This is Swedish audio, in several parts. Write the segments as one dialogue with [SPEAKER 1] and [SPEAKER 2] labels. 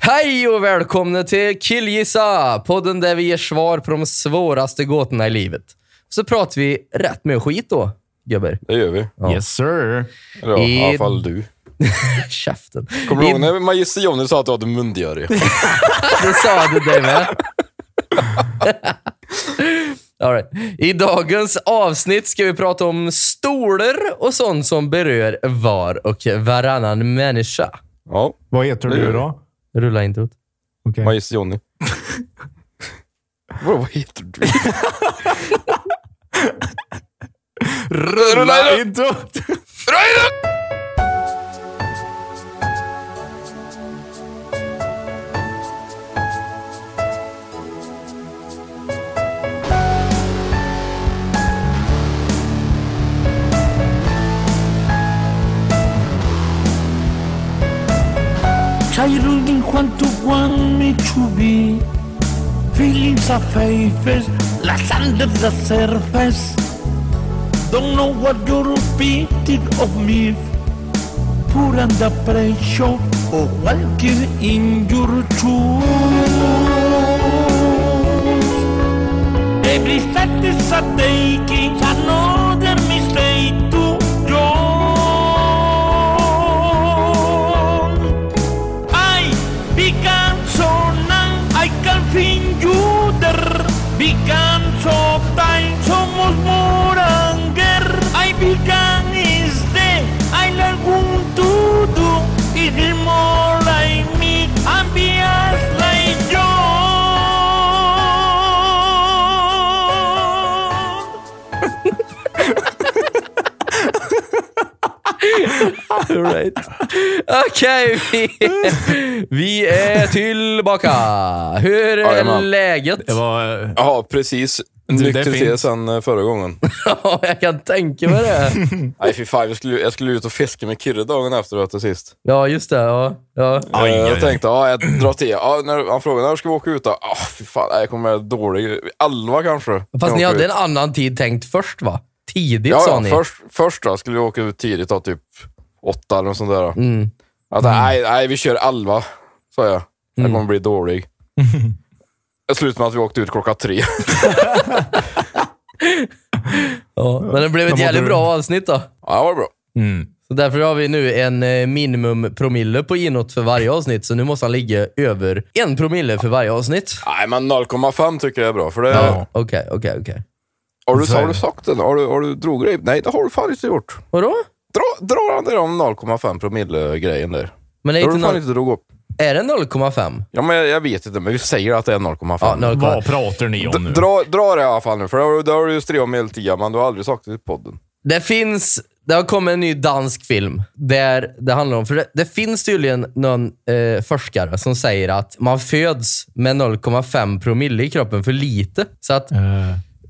[SPEAKER 1] Hej och välkomna till Killgissa! Podden där vi ger svar på de svåraste gåtorna i livet. Så pratar vi rätt med skit då, gubbar.
[SPEAKER 2] Det gör vi.
[SPEAKER 1] Ja.
[SPEAKER 3] Yes sir.
[SPEAKER 2] Eller ja, i
[SPEAKER 1] I-
[SPEAKER 2] alla fall du.
[SPEAKER 1] Käften.
[SPEAKER 2] Kommer du
[SPEAKER 1] I-
[SPEAKER 2] ihåg när Magister Johnny sa att du hade mundiarré?
[SPEAKER 1] Det sa du det med. All right. I dagens avsnitt ska vi prata om stolar och sånt som berör var och varannan människa.
[SPEAKER 2] Ja,
[SPEAKER 3] Vad heter
[SPEAKER 2] Det gör
[SPEAKER 3] du då?
[SPEAKER 1] Rulla inte ut.
[SPEAKER 3] Okej.
[SPEAKER 2] Magister Johnny. Vadå, vad heter du?
[SPEAKER 3] Rulla inte åt.
[SPEAKER 4] Titled in quanto want me to be Feelings are faces, like under the surface Don't know what you're beating of me Put under pressure or walking in your shoes Every step is a taking another mistake to join I began so now I can find you there. Began so time, somos more anger. I began is there. I learn what to do. It is more like me and be as like John.
[SPEAKER 1] All right. Okej, vi, vi är tillbaka. Hur är
[SPEAKER 2] Jajamän.
[SPEAKER 1] läget?
[SPEAKER 3] Det var... eh,
[SPEAKER 2] Ja, precis.
[SPEAKER 3] det är
[SPEAKER 2] Nykter till
[SPEAKER 3] fint.
[SPEAKER 2] sen eh, förra gången.
[SPEAKER 1] Ja, jag kan tänka mig det.
[SPEAKER 2] Nej, fy fan. Jag skulle, jag skulle ut och fiska med Kirre dagen efter vet du, sist.
[SPEAKER 1] Ja, just det. Ja, ja.
[SPEAKER 2] Eh,
[SPEAKER 3] Aj, aj,
[SPEAKER 2] jag
[SPEAKER 3] aj.
[SPEAKER 2] tänkte, ja, jag drar till. Ja, när, han frågade när ska vi åka ut då? Ah, fy fan, nej, jag kommer med dålig. Elva kanske.
[SPEAKER 1] Fast ni hade en
[SPEAKER 2] en
[SPEAKER 1] annan tid tänkt först, va? Tidigt sa
[SPEAKER 2] Ja,
[SPEAKER 1] ni.
[SPEAKER 2] ja först, först då skulle vi åka ut tidigt, då, typ åtta eller något sånt där. då.
[SPEAKER 1] Mm.
[SPEAKER 2] Att, nej, nej, vi kör elva, sa jag. Jag kommer bli dålig. Det slutade med att vi åkte ut klockan tre.
[SPEAKER 1] Ja, men det blev
[SPEAKER 3] Då
[SPEAKER 1] ett
[SPEAKER 3] mådde
[SPEAKER 1] jävligt
[SPEAKER 3] du-
[SPEAKER 1] bra avsnitt då.
[SPEAKER 2] Ja, det var bra.
[SPEAKER 3] Mm.
[SPEAKER 1] Så därför har vi nu en eh, minimumpromille på inåt för varje avsnitt, så nu måste han ligga över en promille för varje avsnitt.
[SPEAKER 2] Nej, men 0,5 tycker jag är bra. För det,
[SPEAKER 3] Ja.
[SPEAKER 1] Okej, okej, okej.
[SPEAKER 2] har, du,
[SPEAKER 3] Så är
[SPEAKER 2] har du
[SPEAKER 3] det.
[SPEAKER 2] sagt det? Har du, har du drog det? Nej, det har du fan inte gjort.
[SPEAKER 1] Vadå?
[SPEAKER 2] Dra, dra han där om 0,5 promille-grejen där.
[SPEAKER 1] Men
[SPEAKER 2] Det
[SPEAKER 1] är,
[SPEAKER 2] har
[SPEAKER 1] inte
[SPEAKER 2] du fan
[SPEAKER 1] noll...
[SPEAKER 2] inte drog upp.
[SPEAKER 1] är det 0,5?
[SPEAKER 2] Ja, men jag, jag vet inte, men vi säger att det är 0,5.
[SPEAKER 1] Ja, 0,5.
[SPEAKER 3] Vad pratar ni om nu?
[SPEAKER 2] Dra, dra det i alla fall nu, för det har, det har du ju stridat om hela tiden, men du har aldrig sagt det i podden.
[SPEAKER 1] Det finns... Det har kommit en ny dansk film där det handlar om... För det, det finns tydligen någon eh, forskare som säger att man föds med 0,5 promille i kroppen för lite. Så att
[SPEAKER 3] Eh,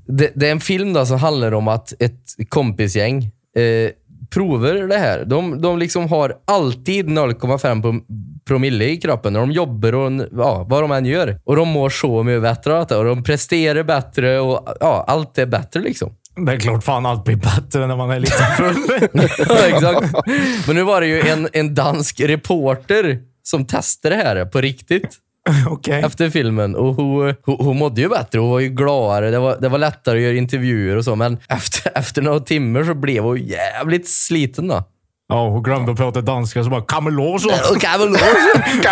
[SPEAKER 1] det, det är en film då som handlar om att ett kompisgäng eh, provar det här. De, de liksom har alltid 0,5 prom- promille i kroppen när de jobbar och n- ja, vad de än gör. Och de mår så mycket bättre av det och de presterar bättre och ja, allt är bättre liksom.
[SPEAKER 3] det är klart fan allt blir bättre när man är lite full.
[SPEAKER 1] Ja, Exakt. Men nu var det ju en, en dansk reporter som testade det här på riktigt.
[SPEAKER 3] Okej.
[SPEAKER 1] efter filmen. Och hon, hon, hon mådde ju bättre. Hon var ju gladare. Det var, det var lättare att göra intervjuer och så. Men efter, efter några timmar så blev hon jävligt sliten. Då.
[SPEAKER 3] Ja, hon glömde att prata danska så bara kamelås
[SPEAKER 1] Och kan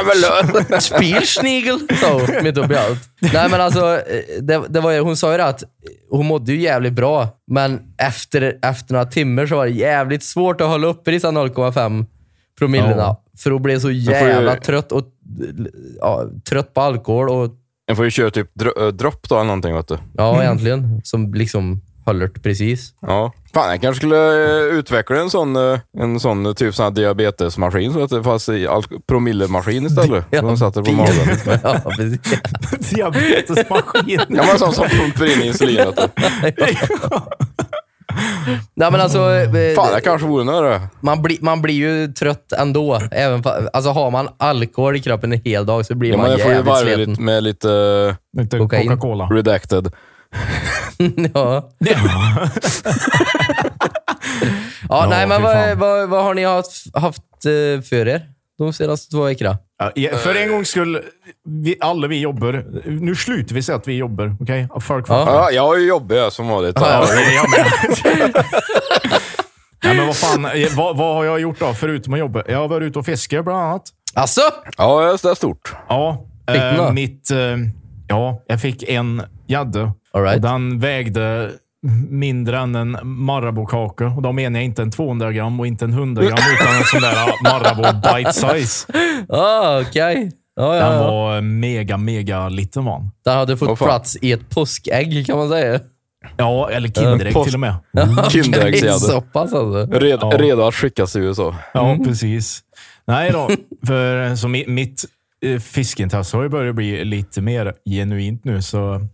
[SPEAKER 1] väl Spielsnigel, sa hon mitt uppe i allt. Nej, men alltså, eh, det, det var, ju- hon sa ju det att hon mådde ju jävligt bra, men efter, efter några timmar så var det jävligt svårt att hålla uppe dessa 0,5 promillena.
[SPEAKER 3] Ja.
[SPEAKER 1] För hon blev så
[SPEAKER 2] får ju-
[SPEAKER 1] jävla trött, och, ja, trött på alkohol och
[SPEAKER 2] Jag får ju köra typ dr- eh, dropp då eller någonting, vet du.
[SPEAKER 1] Ja, egentligen. Som liksom håller det precis.
[SPEAKER 2] Ja. Fan, jag kanske skulle eh, utveckla en sån, eh, en sån eh, typ sån här diabetesmaskin, så att det fast i alk- promillemaskin istället. som de satte på magen.
[SPEAKER 1] ja, precis.
[SPEAKER 3] Diabetesmaskin.
[SPEAKER 2] Ja, men en sån som pumpar in insulin. Vet du.
[SPEAKER 1] Nej, men alltså, eh,
[SPEAKER 2] Fan, det kanske vore något det.
[SPEAKER 1] man, blir man blir ju trött ändå. Även fa- alltså, har man alkohol i kroppen en hel dag så blir
[SPEAKER 2] Ja, men
[SPEAKER 1] man
[SPEAKER 2] jag får ju
[SPEAKER 1] jävligt
[SPEAKER 2] varva
[SPEAKER 1] sliten.
[SPEAKER 2] lite med lite eh,
[SPEAKER 3] Inte
[SPEAKER 1] Kokain.
[SPEAKER 3] Coca-Cola.
[SPEAKER 2] redacted.
[SPEAKER 1] Ja.
[SPEAKER 3] Ja.
[SPEAKER 1] Ja,
[SPEAKER 3] Ja,
[SPEAKER 1] nej, men
[SPEAKER 3] fy
[SPEAKER 1] vad,
[SPEAKER 3] fan.
[SPEAKER 1] vad, vad har ni haft, haft eh, för er de senaste två veckorna?
[SPEAKER 3] Ja, ja, för en gångs skull, vi, alla vi jobbar. Nu slutar vi säga att vi jobbar. Okej? Folk får...
[SPEAKER 1] Ja.
[SPEAKER 3] Ja.
[SPEAKER 2] Ja, jag är ju jobbig jag som vanligt. Ja,
[SPEAKER 3] jag med. Nej, men vad fan. eh, Vad, vad har jag gjort då, förutom att jobba? Jag har varit ute och fiskat bland annat.
[SPEAKER 1] Alltså?
[SPEAKER 2] ja det är stort.
[SPEAKER 3] Ja.
[SPEAKER 1] Fick du
[SPEAKER 3] Eh,
[SPEAKER 1] något?
[SPEAKER 3] mitt, eh, ja, jag fick en gädda.
[SPEAKER 1] All right.
[SPEAKER 3] Och Den vägde mindre än en Marabou-kaka. Och då menar jag inte en 200 gram och inte en 100 gram, utan en sån där eh, Marabou bite size.
[SPEAKER 1] Ah, okej. Ja, ja,
[SPEAKER 3] Den
[SPEAKER 1] ja.
[SPEAKER 3] var eh, mega, mega liten var den.
[SPEAKER 1] Den hade fått
[SPEAKER 2] Vad fan.
[SPEAKER 1] plats i ett påskägg kan man säga.
[SPEAKER 3] Ja,
[SPEAKER 1] Eh,
[SPEAKER 3] eller Kinderägg
[SPEAKER 2] post-
[SPEAKER 3] till och med.
[SPEAKER 1] Det är
[SPEAKER 2] Kinderäggsgädda.
[SPEAKER 1] så pass alltså.
[SPEAKER 2] Red,
[SPEAKER 3] Ja.
[SPEAKER 2] Redo att skickas till USA.
[SPEAKER 3] Ja, precis. Nej då, för så mi- mitt eh, fiskeintresse har ju börjat bli lite mer genuint nu. Så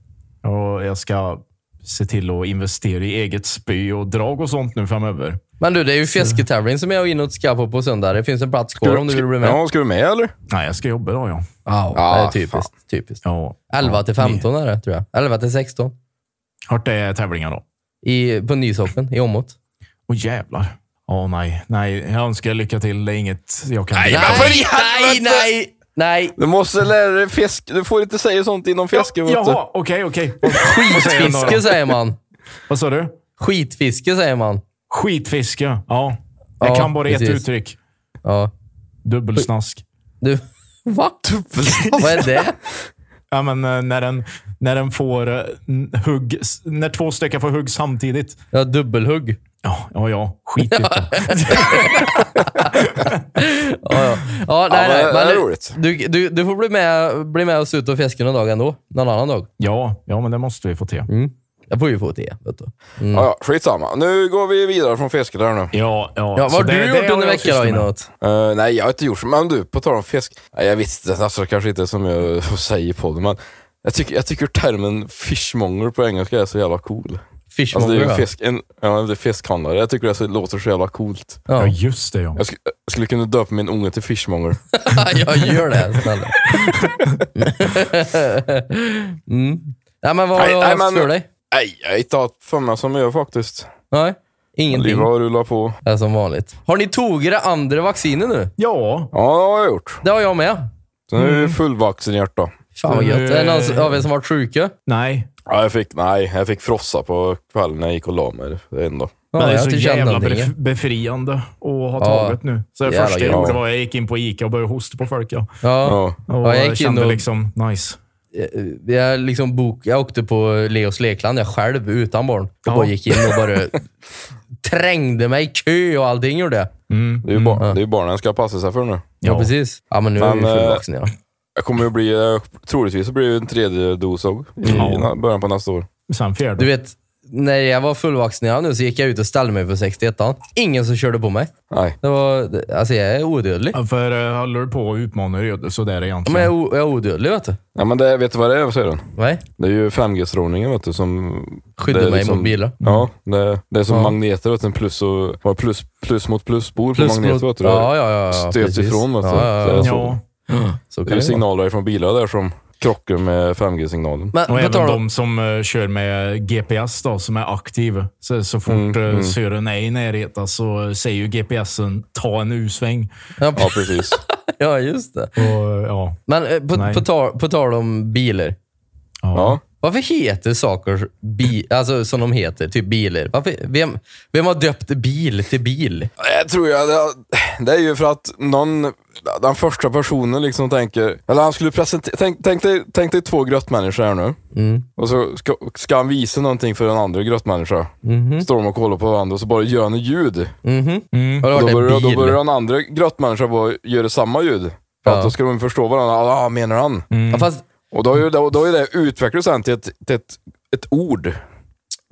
[SPEAKER 3] och jag ska se till att investera i eget spö och drag och sånt nu framöver.
[SPEAKER 1] Men du, det är ju fisketävling som jag och Inot ska på på söndag. Det finns en plats kvar om du vill bli med.
[SPEAKER 2] Ja, ska du med eller?
[SPEAKER 3] Nej, jag ska jobba då ja.
[SPEAKER 1] Ja,
[SPEAKER 2] Ja,
[SPEAKER 1] det är typiskt. typiskt.
[SPEAKER 3] ja.
[SPEAKER 1] 11 till 15 är det, tror jag. 11 till 16.
[SPEAKER 3] Vart är tävlingen då?
[SPEAKER 1] I, på Nyshopen i Åmål.
[SPEAKER 3] Åh jävlar. Åh nej, nej. Jag önskar lycka till. Det är inget jag kan...
[SPEAKER 2] men för i
[SPEAKER 1] nej,
[SPEAKER 2] helvete!
[SPEAKER 1] nej, nej.
[SPEAKER 2] Du måste lära dig fisk. Du får inte säga sånt inom fiske. vet du.
[SPEAKER 3] Jaha, okej, okej.
[SPEAKER 1] Skitfiske
[SPEAKER 3] Skitfiske.
[SPEAKER 1] säger man.
[SPEAKER 3] Vad sa du?
[SPEAKER 1] Skitfiske säger man.
[SPEAKER 3] Skitfiske. Ja. Jag
[SPEAKER 1] Ja,
[SPEAKER 3] kan bara ett
[SPEAKER 1] precis.
[SPEAKER 3] uttryck.
[SPEAKER 1] Ja.
[SPEAKER 3] Dubbelsnask.
[SPEAKER 1] Du, va? Vad är det?
[SPEAKER 3] Ja, men, eh, när, den, när den får eh, n- hugg, s- när två stycken får hugg samtidigt.
[SPEAKER 1] Ja, dubbelhugg.
[SPEAKER 3] Ja, ja, ja. Skit i det.
[SPEAKER 1] Ja, nej,
[SPEAKER 2] men
[SPEAKER 1] nej.
[SPEAKER 2] det-
[SPEAKER 1] men
[SPEAKER 2] det är
[SPEAKER 1] du-
[SPEAKER 2] roligt.
[SPEAKER 1] Du, du, du får bli med, bli med oss ut och fiska någon dag ändå. Någon annan dag.
[SPEAKER 3] Ja, ja, men det måste vi få till.
[SPEAKER 1] Jag får ju få det. Vet du. Mm.
[SPEAKER 2] Ja, ja, skitsamma. Nu går vi vidare från fisket här nu.
[SPEAKER 3] Ja, ja.
[SPEAKER 1] Ja, vad
[SPEAKER 3] Så
[SPEAKER 1] har
[SPEAKER 3] det- det
[SPEAKER 1] du gjort
[SPEAKER 3] har
[SPEAKER 1] under
[SPEAKER 3] jag
[SPEAKER 1] veckan
[SPEAKER 3] sysslat
[SPEAKER 1] då,
[SPEAKER 3] med.
[SPEAKER 1] Inot?
[SPEAKER 2] Eh, nej, jag har inte gjort så. Men du, på tal om fisk. Nej, jag visste det alltså, kanske inte som jag säger på det, men jag tycker, jag tycker termen fishmonger på engelska är så jävla cool. Alltså, det är
[SPEAKER 1] Fishmonger,
[SPEAKER 2] ju en
[SPEAKER 1] va?
[SPEAKER 2] fisk, en, ja, det är fiskhandlare. Jag tycker det så, låter så jävla coolt.
[SPEAKER 3] Ja,
[SPEAKER 1] Ja.
[SPEAKER 3] just det. Ja.
[SPEAKER 2] Jag, sk- jag skulle kunna döpa min unge till fishmonger.
[SPEAKER 1] jag gör det, snälla. mm. Nej, men vad har
[SPEAKER 2] Nej,
[SPEAKER 1] du
[SPEAKER 2] nej,
[SPEAKER 1] haft
[SPEAKER 2] men-
[SPEAKER 1] för dig?
[SPEAKER 2] nej, jag har inte haft för mig som jag faktiskt.
[SPEAKER 1] Nej, ingenting.
[SPEAKER 2] Livet har rullat på.
[SPEAKER 1] Det är som vanligt. Har ni tog era andra vacciner nu?
[SPEAKER 3] ja.
[SPEAKER 2] Ja, det har jag gjort.
[SPEAKER 1] Det har jag med.
[SPEAKER 2] Så nu är
[SPEAKER 1] Mm.
[SPEAKER 2] jag fullvaccinerat då.
[SPEAKER 1] Fan vad
[SPEAKER 3] Så
[SPEAKER 1] gött.
[SPEAKER 3] nu-
[SPEAKER 1] Är det någon av er som varit sjuka?
[SPEAKER 3] Nej.
[SPEAKER 2] Ja, jag fick, nej, jag fick frossa på kvällen när jag gick och la mig. Det är ändå.
[SPEAKER 1] Ja,
[SPEAKER 3] men det är
[SPEAKER 1] jag
[SPEAKER 3] så
[SPEAKER 1] kände
[SPEAKER 3] jävla
[SPEAKER 1] någonting.
[SPEAKER 3] bef- befriande att ha
[SPEAKER 1] Ja.
[SPEAKER 3] taget nu. Så det
[SPEAKER 1] Jävla
[SPEAKER 3] första jag
[SPEAKER 2] gött.
[SPEAKER 3] gjorde var att jag gick in på Ica och började hosta på folk. Ja.
[SPEAKER 1] Ja.
[SPEAKER 2] Ja.
[SPEAKER 3] Och
[SPEAKER 1] Ja, jag
[SPEAKER 3] jag
[SPEAKER 1] gick in
[SPEAKER 3] kände
[SPEAKER 1] och-
[SPEAKER 3] liksom, nice.
[SPEAKER 1] Eh, Jag, liksom bok, jag åkte på Leos Lekland jag själv utan barn. Jag
[SPEAKER 3] Ja.
[SPEAKER 1] bara gick in och bara trängde mig i kö och allting gjorde jag.
[SPEAKER 2] Det är
[SPEAKER 1] Mm.
[SPEAKER 2] ju bar- det är ju barnen ska passa sig för nu.
[SPEAKER 1] Ja, precis. Ja, men nu är vi
[SPEAKER 2] Men, eh,
[SPEAKER 1] fullvaccinerade.
[SPEAKER 2] Jag kommer ju bli, eh, troligtvis så blir det en tredje dos också i
[SPEAKER 1] Mm.
[SPEAKER 3] Ja.
[SPEAKER 2] na- början på nästa år.
[SPEAKER 3] Sen fjärde.
[SPEAKER 1] Du vet, när jag var fullvaccinerad nu så gick jag ut och ställde mig på 61 Ingen som körde på mig.
[SPEAKER 2] Nej.
[SPEAKER 1] Det var, alltså jag är odödlig.
[SPEAKER 3] Ja, För eh, håller du på och utmanar dig sådär
[SPEAKER 1] Ja,
[SPEAKER 3] egentligen?
[SPEAKER 1] Men jag är, o, jag är odödlig, vet du.
[SPEAKER 2] Ja, men det, vet du vad det är, Sören?
[SPEAKER 1] Nej?
[SPEAKER 2] Det är ju 5G-strålningen vet du, som...
[SPEAKER 1] Skyddar
[SPEAKER 2] det är liksom-
[SPEAKER 1] mig mot bilar. Mm.
[SPEAKER 2] Ja, det, det är som magneter. Vet du, en plus, och, vad är plus, plus mot plus spor på
[SPEAKER 1] Plus
[SPEAKER 2] magneter. Vet
[SPEAKER 1] mot,
[SPEAKER 2] du,
[SPEAKER 1] ja, ja, ja. ja,
[SPEAKER 2] stöts
[SPEAKER 1] precis.
[SPEAKER 2] ifrån. Vet du.
[SPEAKER 1] Ja, ja, ja.
[SPEAKER 2] Det är, så,
[SPEAKER 3] Ja.
[SPEAKER 1] Så kan
[SPEAKER 2] det är
[SPEAKER 1] det vara.
[SPEAKER 2] signaler från bilar där som krockar med 5G-signalen.
[SPEAKER 1] Men
[SPEAKER 3] Och
[SPEAKER 1] på
[SPEAKER 3] även
[SPEAKER 1] tal om...
[SPEAKER 3] de som eh, kör med GPS då, som är aktiva. Så, så fort mm, Sören är i närheten så säger ju GPSen ta en U-sväng.
[SPEAKER 2] Ja, precis.
[SPEAKER 1] Ja, just det.
[SPEAKER 2] Mm.
[SPEAKER 3] Och, eh, ja.
[SPEAKER 1] Men eh, på,
[SPEAKER 3] Nej.
[SPEAKER 1] på, tal, på tal om bilar.
[SPEAKER 2] Ja.
[SPEAKER 1] Varför heter saker bi, alltså, som de heter? Typ bilar. Varför, vem, vem har döpt bil till bil?
[SPEAKER 2] Jag tror jag, det, det är ju för att någon, den första personen liksom tänker, eller han skulle presentera, tänk, tänk, dig, tänk dig två grottmänniskor här nu.
[SPEAKER 1] Mm.
[SPEAKER 2] Och så ska, ska han visa någonting för en andra grottmänniska.
[SPEAKER 1] Mhm.
[SPEAKER 2] Står de och kollar på varandra och så bara gör han ett ljud.
[SPEAKER 1] Har det
[SPEAKER 2] Mm. Då
[SPEAKER 1] varit
[SPEAKER 2] börjar,
[SPEAKER 1] en
[SPEAKER 2] då
[SPEAKER 1] bil?
[SPEAKER 2] börjar den andra grottmänniskan bara göra samma ljud. För
[SPEAKER 1] Ja. Mm.
[SPEAKER 2] att då ska de förstå varandra. Ah, menar han?
[SPEAKER 1] ja, fast
[SPEAKER 2] Och då har ju då, då är det utvecklats sen till, ett, till ett, ett ord.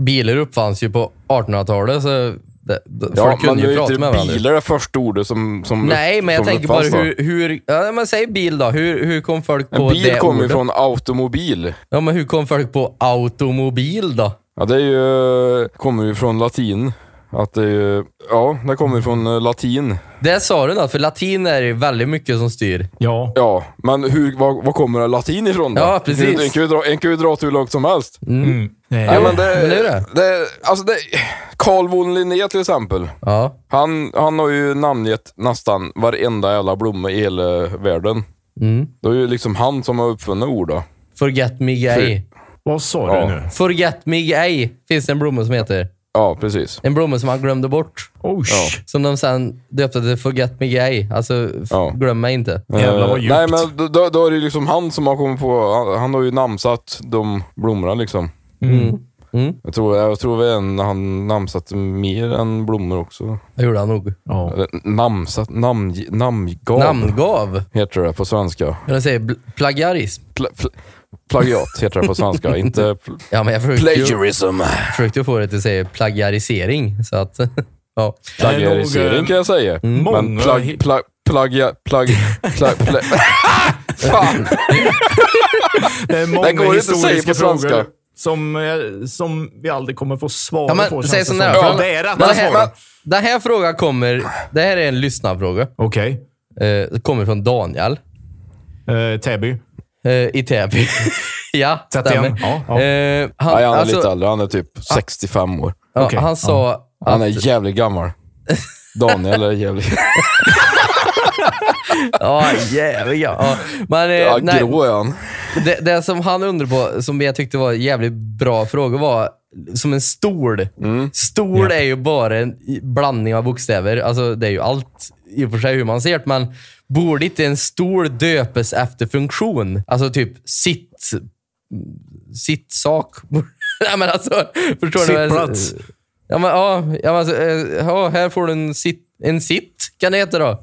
[SPEAKER 1] bilar uppfanns ju på 1800-talet, så det, det,
[SPEAKER 2] Ja,
[SPEAKER 1] folk
[SPEAKER 2] men
[SPEAKER 1] kunde
[SPEAKER 2] det är
[SPEAKER 1] ju
[SPEAKER 2] ju
[SPEAKER 1] prata
[SPEAKER 2] inte
[SPEAKER 1] med varandra.
[SPEAKER 2] bilar det första ordet som, som
[SPEAKER 1] Nej, men jag
[SPEAKER 2] som
[SPEAKER 1] tänker bara
[SPEAKER 2] uppfanns då.
[SPEAKER 1] hur... hur ja, men säg bil då. Hur, hur kom folk på
[SPEAKER 2] En bil
[SPEAKER 1] det
[SPEAKER 2] kommer ju
[SPEAKER 1] ordet?
[SPEAKER 2] från automobil.
[SPEAKER 1] Ja, men hur kom folk på automobil då?
[SPEAKER 2] Ja, det är ju, kommer ju från latin. Att det är ju, ja, det kommer ju från eh, latin.
[SPEAKER 1] Det sa du något, för latin är det ju väldigt mycket som styr.
[SPEAKER 3] Ja.
[SPEAKER 2] Ja, men hur, var, var kommer det latin ifrån då?
[SPEAKER 1] Ja, precis.
[SPEAKER 2] En kan ju- En kan ju dra, en kan ju dra åt hur långt som helst.
[SPEAKER 3] Mm. Nej.
[SPEAKER 2] Ja, men det,
[SPEAKER 1] eller hur det?
[SPEAKER 2] det, alltså det, Carl von Linné till exempel.
[SPEAKER 1] Ja.
[SPEAKER 2] Han, han har ju namngett nästan varenda jävla blomma i hela världen.
[SPEAKER 1] Mm.
[SPEAKER 2] Det är ju liksom han som har uppfunnit ord då.
[SPEAKER 1] Forget me gay.
[SPEAKER 3] Vad sa
[SPEAKER 2] Ja.
[SPEAKER 3] du nu?
[SPEAKER 1] Forget me gay finns det en blomma som heter.
[SPEAKER 2] Ja, precis.
[SPEAKER 1] En blomma som han glömde bort.
[SPEAKER 3] Oh,
[SPEAKER 1] Som de sen döpte till Forget me gay. Alltså, f-
[SPEAKER 2] Ja.
[SPEAKER 1] glöm mig inte.
[SPEAKER 3] Jävlar vad
[SPEAKER 2] Eh,
[SPEAKER 3] djupt.
[SPEAKER 2] Nej, men då- då, då är det ju liksom han som har kommit på, han, han har ju namnsatt de blommorna liksom.
[SPEAKER 1] Mm.
[SPEAKER 2] Jag tror, jag tror väl han namnsatte mer än blommor också.
[SPEAKER 1] Det gjorde han nog.
[SPEAKER 3] Ja.
[SPEAKER 2] Eller Namnsatt, namn, namngav
[SPEAKER 1] Namngav.
[SPEAKER 2] heter det på svenska.
[SPEAKER 1] Eller säger bl- plagiarism.
[SPEAKER 2] Pla, pla, plagiat heter det på svenska, inte pl-
[SPEAKER 1] Ja, men jag försökte ju,
[SPEAKER 2] plagiarism.
[SPEAKER 1] försökte ju få det till att säga plagiarisering. Så att, ja.
[SPEAKER 2] Plagiarisering kan jag säga.
[SPEAKER 1] Mm.
[SPEAKER 3] många-
[SPEAKER 2] Men plag, plag, plagia, plag, plag, pla, Fan!
[SPEAKER 3] Det är många
[SPEAKER 2] Det går inte att säga
[SPEAKER 3] historiska
[SPEAKER 2] på svenska.
[SPEAKER 3] frågor som, eh, som vi aldrig kommer få svar
[SPEAKER 1] Ja,
[SPEAKER 3] på.
[SPEAKER 1] men,
[SPEAKER 3] känns
[SPEAKER 1] säg
[SPEAKER 3] det
[SPEAKER 1] sån
[SPEAKER 3] som.
[SPEAKER 1] där.
[SPEAKER 3] Ja, det är
[SPEAKER 1] Men det
[SPEAKER 3] rätta
[SPEAKER 1] här-
[SPEAKER 3] svaren.
[SPEAKER 1] men Den här frågan kommer... Det här är en lyssnarfråga.
[SPEAKER 3] Okej.
[SPEAKER 1] Eh, det kommer från Daniel
[SPEAKER 3] Eh, Täby.
[SPEAKER 1] eh, i Täby. ja,
[SPEAKER 3] Sätt
[SPEAKER 1] stämmer.
[SPEAKER 3] igen. Ja, ja.
[SPEAKER 1] Eh, han,
[SPEAKER 2] Nej, han är
[SPEAKER 1] alltså,
[SPEAKER 2] lite äldre. Han är typ 65 år.
[SPEAKER 1] ja,
[SPEAKER 3] Okej.
[SPEAKER 1] han sa...
[SPEAKER 2] Han är jävligt gammal. Daniel är jävligt...
[SPEAKER 1] Ja, jävlar. Ja, men, eh,
[SPEAKER 2] Ja,
[SPEAKER 1] nej,
[SPEAKER 2] grå är han.
[SPEAKER 1] det, det som han undrar på, som jag tyckte var en jävligt bra fråga, var som en stol. Stol är ju bara en blandning av bokstäver. Alltså, det är ju allt i och för sig hur man ser det, men borde inte en stol döpes efter funktion? Alltså typ sitt... Sitt sak. Nej, men alltså, förstår ni? vad jag-
[SPEAKER 3] Sittplats.
[SPEAKER 1] Ja, men, ja, ja, men, alltså, eh, ja, här får du en sitt, en sitt, kan det heta då.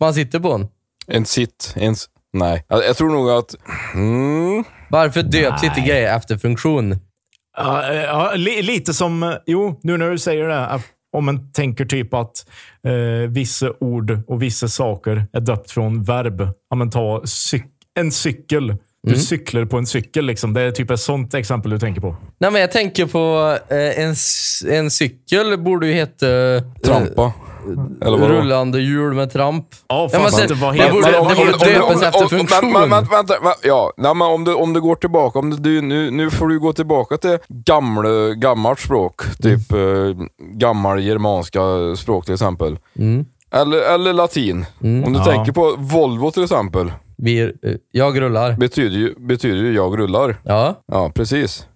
[SPEAKER 1] Man sitter på en.
[SPEAKER 2] En sitt. En... s- Nej. Jag jag tror nog att... Mm.
[SPEAKER 1] Varför döps inte grejer efter funktion?
[SPEAKER 3] Ja, eh, ja, li, lite som, eh, jo, nu när du säger det, här, att om man tänker typ att eh, vissa ord och vissa saker är döpt från verb. Ja, men ta cyk, en cykel. Du cyklar på en cykel. Liksom. Det är typ ett sånt exempel du tänker på.
[SPEAKER 1] Nej, men jag tänker på eh, en, s- en cykel borde ju heta eh,
[SPEAKER 2] Trampa. Eller vadå?
[SPEAKER 1] rullande hjul med tramp.
[SPEAKER 3] Ja,
[SPEAKER 1] men
[SPEAKER 3] fan,
[SPEAKER 1] sen-
[SPEAKER 3] det var
[SPEAKER 1] det
[SPEAKER 3] helt-
[SPEAKER 1] borde-
[SPEAKER 2] Men om-
[SPEAKER 1] det
[SPEAKER 2] om-
[SPEAKER 1] borde
[SPEAKER 2] om- om-
[SPEAKER 1] döpas
[SPEAKER 2] om-
[SPEAKER 1] efter
[SPEAKER 2] om-
[SPEAKER 1] funktion.
[SPEAKER 2] Men, men, vänta, va- ja, nej, men om, du, om du går tillbaka, om du, nu, nu får du gå tillbaka till gamla, gammalt språk. Typ
[SPEAKER 1] Mm.
[SPEAKER 2] eh, gammal germanska språk till exempel.
[SPEAKER 1] Mm.
[SPEAKER 2] Eller, eller latin. Om du
[SPEAKER 3] Ja.
[SPEAKER 2] tänker på Volvo till exempel,
[SPEAKER 1] Vi, eh, jag rullar.
[SPEAKER 2] betyder ju, betyder ju jag rullar.
[SPEAKER 1] Ja.
[SPEAKER 2] Ja, precis.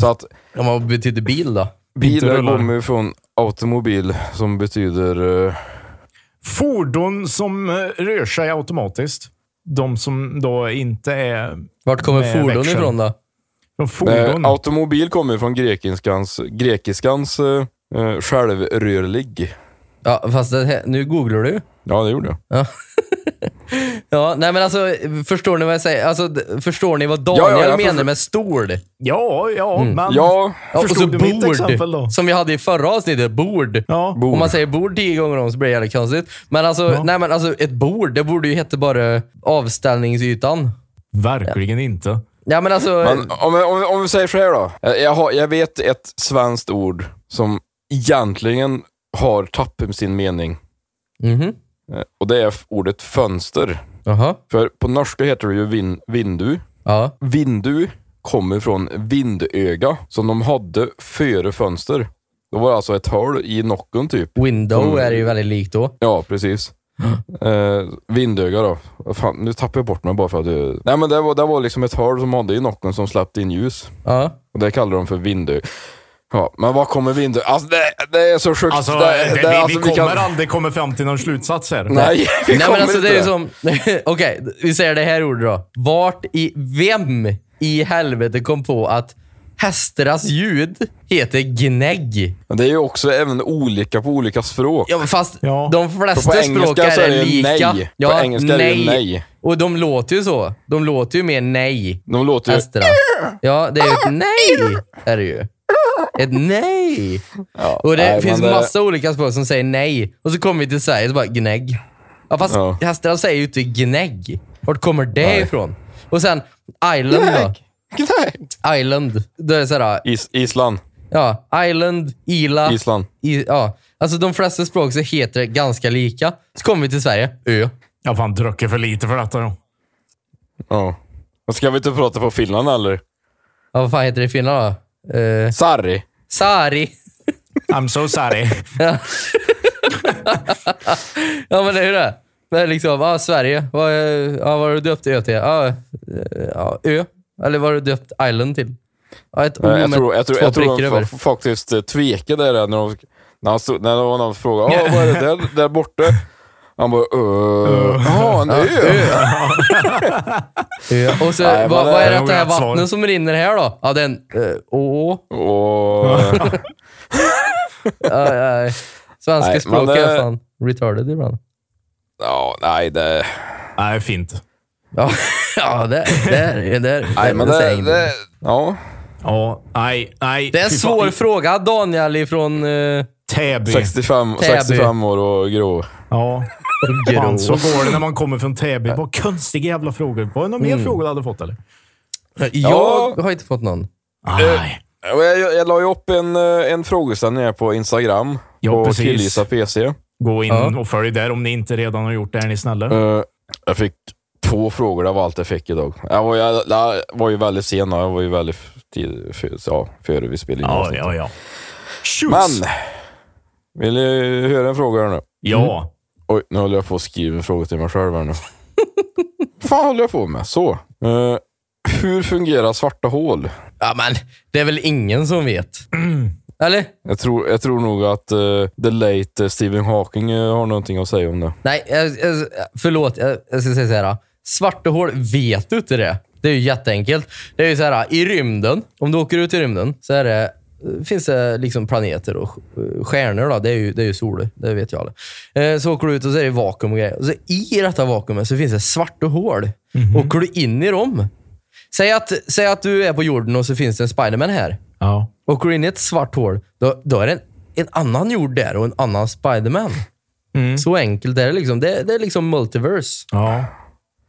[SPEAKER 2] Så att
[SPEAKER 1] ja vad betyder bil då?
[SPEAKER 2] bilar
[SPEAKER 3] rullar.
[SPEAKER 2] kommer ju från automobil som betyder... eh,
[SPEAKER 3] Fordon som eh, rör sig automatiskt. De som då inte är...
[SPEAKER 1] Vart kommer
[SPEAKER 3] Med
[SPEAKER 1] fordon
[SPEAKER 3] växeln.
[SPEAKER 1] ifrån då?
[SPEAKER 3] De
[SPEAKER 2] Eh,
[SPEAKER 3] fordon.
[SPEAKER 2] automobil kommer ju från grekiskans, grekiskans eh, eh, självrörlig.
[SPEAKER 1] Ja, fast det här, nu googlar du.
[SPEAKER 2] Ja, det gjorde jag.
[SPEAKER 1] Ja, nej men alltså, förstår ni vad jag säger? Alltså, d- förstår ni vad Daniel
[SPEAKER 2] Ja, ja, jag
[SPEAKER 1] menar
[SPEAKER 2] förstår.
[SPEAKER 1] med stol?
[SPEAKER 3] ja, Mm. ja, men...
[SPEAKER 2] Ja,
[SPEAKER 1] Ja, och
[SPEAKER 3] Förstod
[SPEAKER 1] så
[SPEAKER 3] du mitt exempel då?
[SPEAKER 1] bord, som vi hade i förra avsnittet. Bord.
[SPEAKER 3] Ja.
[SPEAKER 2] Bord.
[SPEAKER 1] Om man säger bord tio gånger om så blir det jävligt konstigt. Men alltså, nej, men alltså ett bord, det borde ju heta bara avställningsytan.
[SPEAKER 3] Verkligen inte.
[SPEAKER 1] Ja, men alltså,
[SPEAKER 2] men om, om, om vi säger så här då. Eh, Jag, jag, har, jag vet ett svenskt ord som egentligen har tappat sin mening.
[SPEAKER 1] Mhm.
[SPEAKER 2] Eh, Och det är f- ordet fönster.
[SPEAKER 1] Jaha.
[SPEAKER 2] För på norska heter det ju vin, vindu.
[SPEAKER 1] Ja.
[SPEAKER 2] Vindu kommer från vindöga som de hade före fönster. Det var alltså ett hål i nocken typ.
[SPEAKER 1] Window
[SPEAKER 2] Mm.
[SPEAKER 1] är det ju väldigt likt då.
[SPEAKER 2] Ja, precis.
[SPEAKER 1] Mm.
[SPEAKER 2] Eh, vindöga då. Vad Fan, nu tappar jag bort mig bara för att du... Nej, men det var, det var liksom ett hål som hade i nocken som släppte in ljus.
[SPEAKER 1] Ja.
[SPEAKER 2] Och det kallar de för vindö. Ja, men vad kommer vindö? Alltså det, det är så sjukt.
[SPEAKER 3] Alltså,
[SPEAKER 2] det,
[SPEAKER 3] det,
[SPEAKER 2] det-
[SPEAKER 3] vi,
[SPEAKER 2] alltså,
[SPEAKER 3] vi kommer
[SPEAKER 2] kan-
[SPEAKER 3] aldrig komma fram till någon slutsats här.
[SPEAKER 2] Nej, vi
[SPEAKER 1] Nej,
[SPEAKER 2] kommer
[SPEAKER 1] men alltså
[SPEAKER 2] inte.
[SPEAKER 1] det är ju som... Okej, vi säger det här ordet då. Vart i... Vem i helvete kom på att hästernas ljud heter gnägg?
[SPEAKER 2] Men det är ju också även olika på olika språk.
[SPEAKER 1] Ja, fast
[SPEAKER 3] Ja.
[SPEAKER 1] de
[SPEAKER 2] För
[SPEAKER 1] flesta
[SPEAKER 2] på
[SPEAKER 1] språk
[SPEAKER 2] engelska så
[SPEAKER 1] är,
[SPEAKER 2] är det ju
[SPEAKER 1] lika.
[SPEAKER 2] nej. På engelska är det ju nej.
[SPEAKER 1] Och de låter ju så. De låter ju mer nej.
[SPEAKER 2] De låter ju...
[SPEAKER 1] Hästarna. Ja, det är ju ett nej. Är det ju. Ett nej.
[SPEAKER 2] Ja,
[SPEAKER 1] Och det
[SPEAKER 2] nej,
[SPEAKER 1] finns
[SPEAKER 2] men det-
[SPEAKER 1] massa olika språk som säger nej. Och så kommer vi till Sverige och bara gnägg. Ja, fast
[SPEAKER 2] Ja.
[SPEAKER 1] hästarna säger ju inte gnägg. Vart kommer det ifrån? Och sen island då. Island. Då är det så här,
[SPEAKER 2] Is, Island.
[SPEAKER 1] ja, island, ila.
[SPEAKER 2] Island.
[SPEAKER 1] I, ja. Alltså de flesta språk så heter det ganska lika. Så kommer vi till Sverige. Ö.
[SPEAKER 3] Jag har fan druckit för lite för detta då.
[SPEAKER 2] Ja. Och ska vi inte prata på Finland eller?
[SPEAKER 1] Ja, vad fan heter det i Finland då? Eh,
[SPEAKER 2] Sarri.
[SPEAKER 1] sari.
[SPEAKER 3] I'm so sorry.
[SPEAKER 1] Ja men det är ju det. Det är liksom, ah, Sverige. Vad, eh, ah, vad har du döpt Ö till? Ah, eh, ja, ö? Eller vad har du döpt Island till? Ah, ett O
[SPEAKER 2] Nej, Eh, Jag
[SPEAKER 1] med
[SPEAKER 2] tror, jag tror,
[SPEAKER 1] två
[SPEAKER 2] jag tror
[SPEAKER 1] prickar
[SPEAKER 2] de
[SPEAKER 1] över.
[SPEAKER 2] fa- faktiskt eh, tvekade där när, de, när, han stod, när det var någon som frågade "Åh, vad är det där, där borta? Han bara öh, jaha en ö.
[SPEAKER 1] Ö. Och så,
[SPEAKER 2] Nej, men
[SPEAKER 1] vad,
[SPEAKER 2] det-
[SPEAKER 1] vad är
[SPEAKER 3] det
[SPEAKER 1] det
[SPEAKER 3] var
[SPEAKER 1] det här
[SPEAKER 3] rätt svar.
[SPEAKER 1] vattnet som rinner här då? Ja, den... Eh, å.
[SPEAKER 2] Och,
[SPEAKER 1] Aj, aj.
[SPEAKER 2] Nej,
[SPEAKER 1] Svenska
[SPEAKER 2] men
[SPEAKER 1] språk
[SPEAKER 2] det-
[SPEAKER 1] är fan retarded ibland.
[SPEAKER 2] ja, nej, det,
[SPEAKER 3] Nej, fint.
[SPEAKER 1] Ja, ja det, det, är- det, är-
[SPEAKER 2] nej men
[SPEAKER 1] säger
[SPEAKER 2] det,
[SPEAKER 1] ingenting.
[SPEAKER 2] det, ja.
[SPEAKER 3] Ja, nej, nej.
[SPEAKER 1] Det är en
[SPEAKER 3] Fy fan,
[SPEAKER 1] svår
[SPEAKER 3] i
[SPEAKER 1] fråga. Daniel ifrån... eh,
[SPEAKER 3] Täby.
[SPEAKER 2] 65,
[SPEAKER 1] Täby.
[SPEAKER 2] 65 år och grå.
[SPEAKER 3] Ja. Fan, så går det när man kommer från Täby. Vad konstiga jävla frågor. Var det några mer frågor du hade fått, eller?
[SPEAKER 1] Jag har inte fått någon.
[SPEAKER 3] Nej.
[SPEAKER 2] Och Jag, jag, jag la ju upp en, eh, en frågeställning här på Instagram.
[SPEAKER 3] Ja,
[SPEAKER 2] på
[SPEAKER 3] precis.
[SPEAKER 2] Killgissa PC.
[SPEAKER 3] Gå in
[SPEAKER 1] Ja.
[SPEAKER 3] och följ där om ni inte redan har gjort det. Är ni snälla?
[SPEAKER 2] Eh, jag fick två frågor, det var allt jag fick idag. Jag var, ju- jag, jag var ju väldigt sen, och jag var ju väldigt tid, för, ja, före vi spelade in.
[SPEAKER 3] Ja,
[SPEAKER 2] avsnittet.
[SPEAKER 3] ja, ja. Shoots.
[SPEAKER 2] Men, vill du höra en fråga här nu?
[SPEAKER 3] Ja.
[SPEAKER 2] Oj, nu håller jag på att skriva en fråga till mig själv här nu. fan håller jag på med? Så. Eh, hur fungerar svarta hål?
[SPEAKER 1] Ja, men det är väl ingen som vet? Eller?
[SPEAKER 2] Jag tror, jag tror nog att eh, the late eh, Stephen Hawking eh, har någonting att säga om det.
[SPEAKER 1] Nej, jag, jag, förlåt. Jag, jag ska säga så här. Svarta hål, vet du inte det? Det är ju jätteenkelt. Det är ju så här, i rymden, om du åker ut i rymden, så är det, finns det liksom planeter och eh, stjärnor. Då. Det, är ju, det är ju soler, det vet jag alla. Eh, Så åker du ut och så är det vakuum och grejer. Och så I detta vakuumet så finns det svarta hål. Åker du in i dem? Säg att, säg att du är på jorden och så finns det en Spiderman här.
[SPEAKER 3] Ja.
[SPEAKER 1] Åker du in i ett svart hål, då, då är det en, en annan jord där och en annan Spiderman.
[SPEAKER 3] Mm.
[SPEAKER 1] Så enkelt är det. liksom. Det, det är liksom multiverse.
[SPEAKER 3] Ja.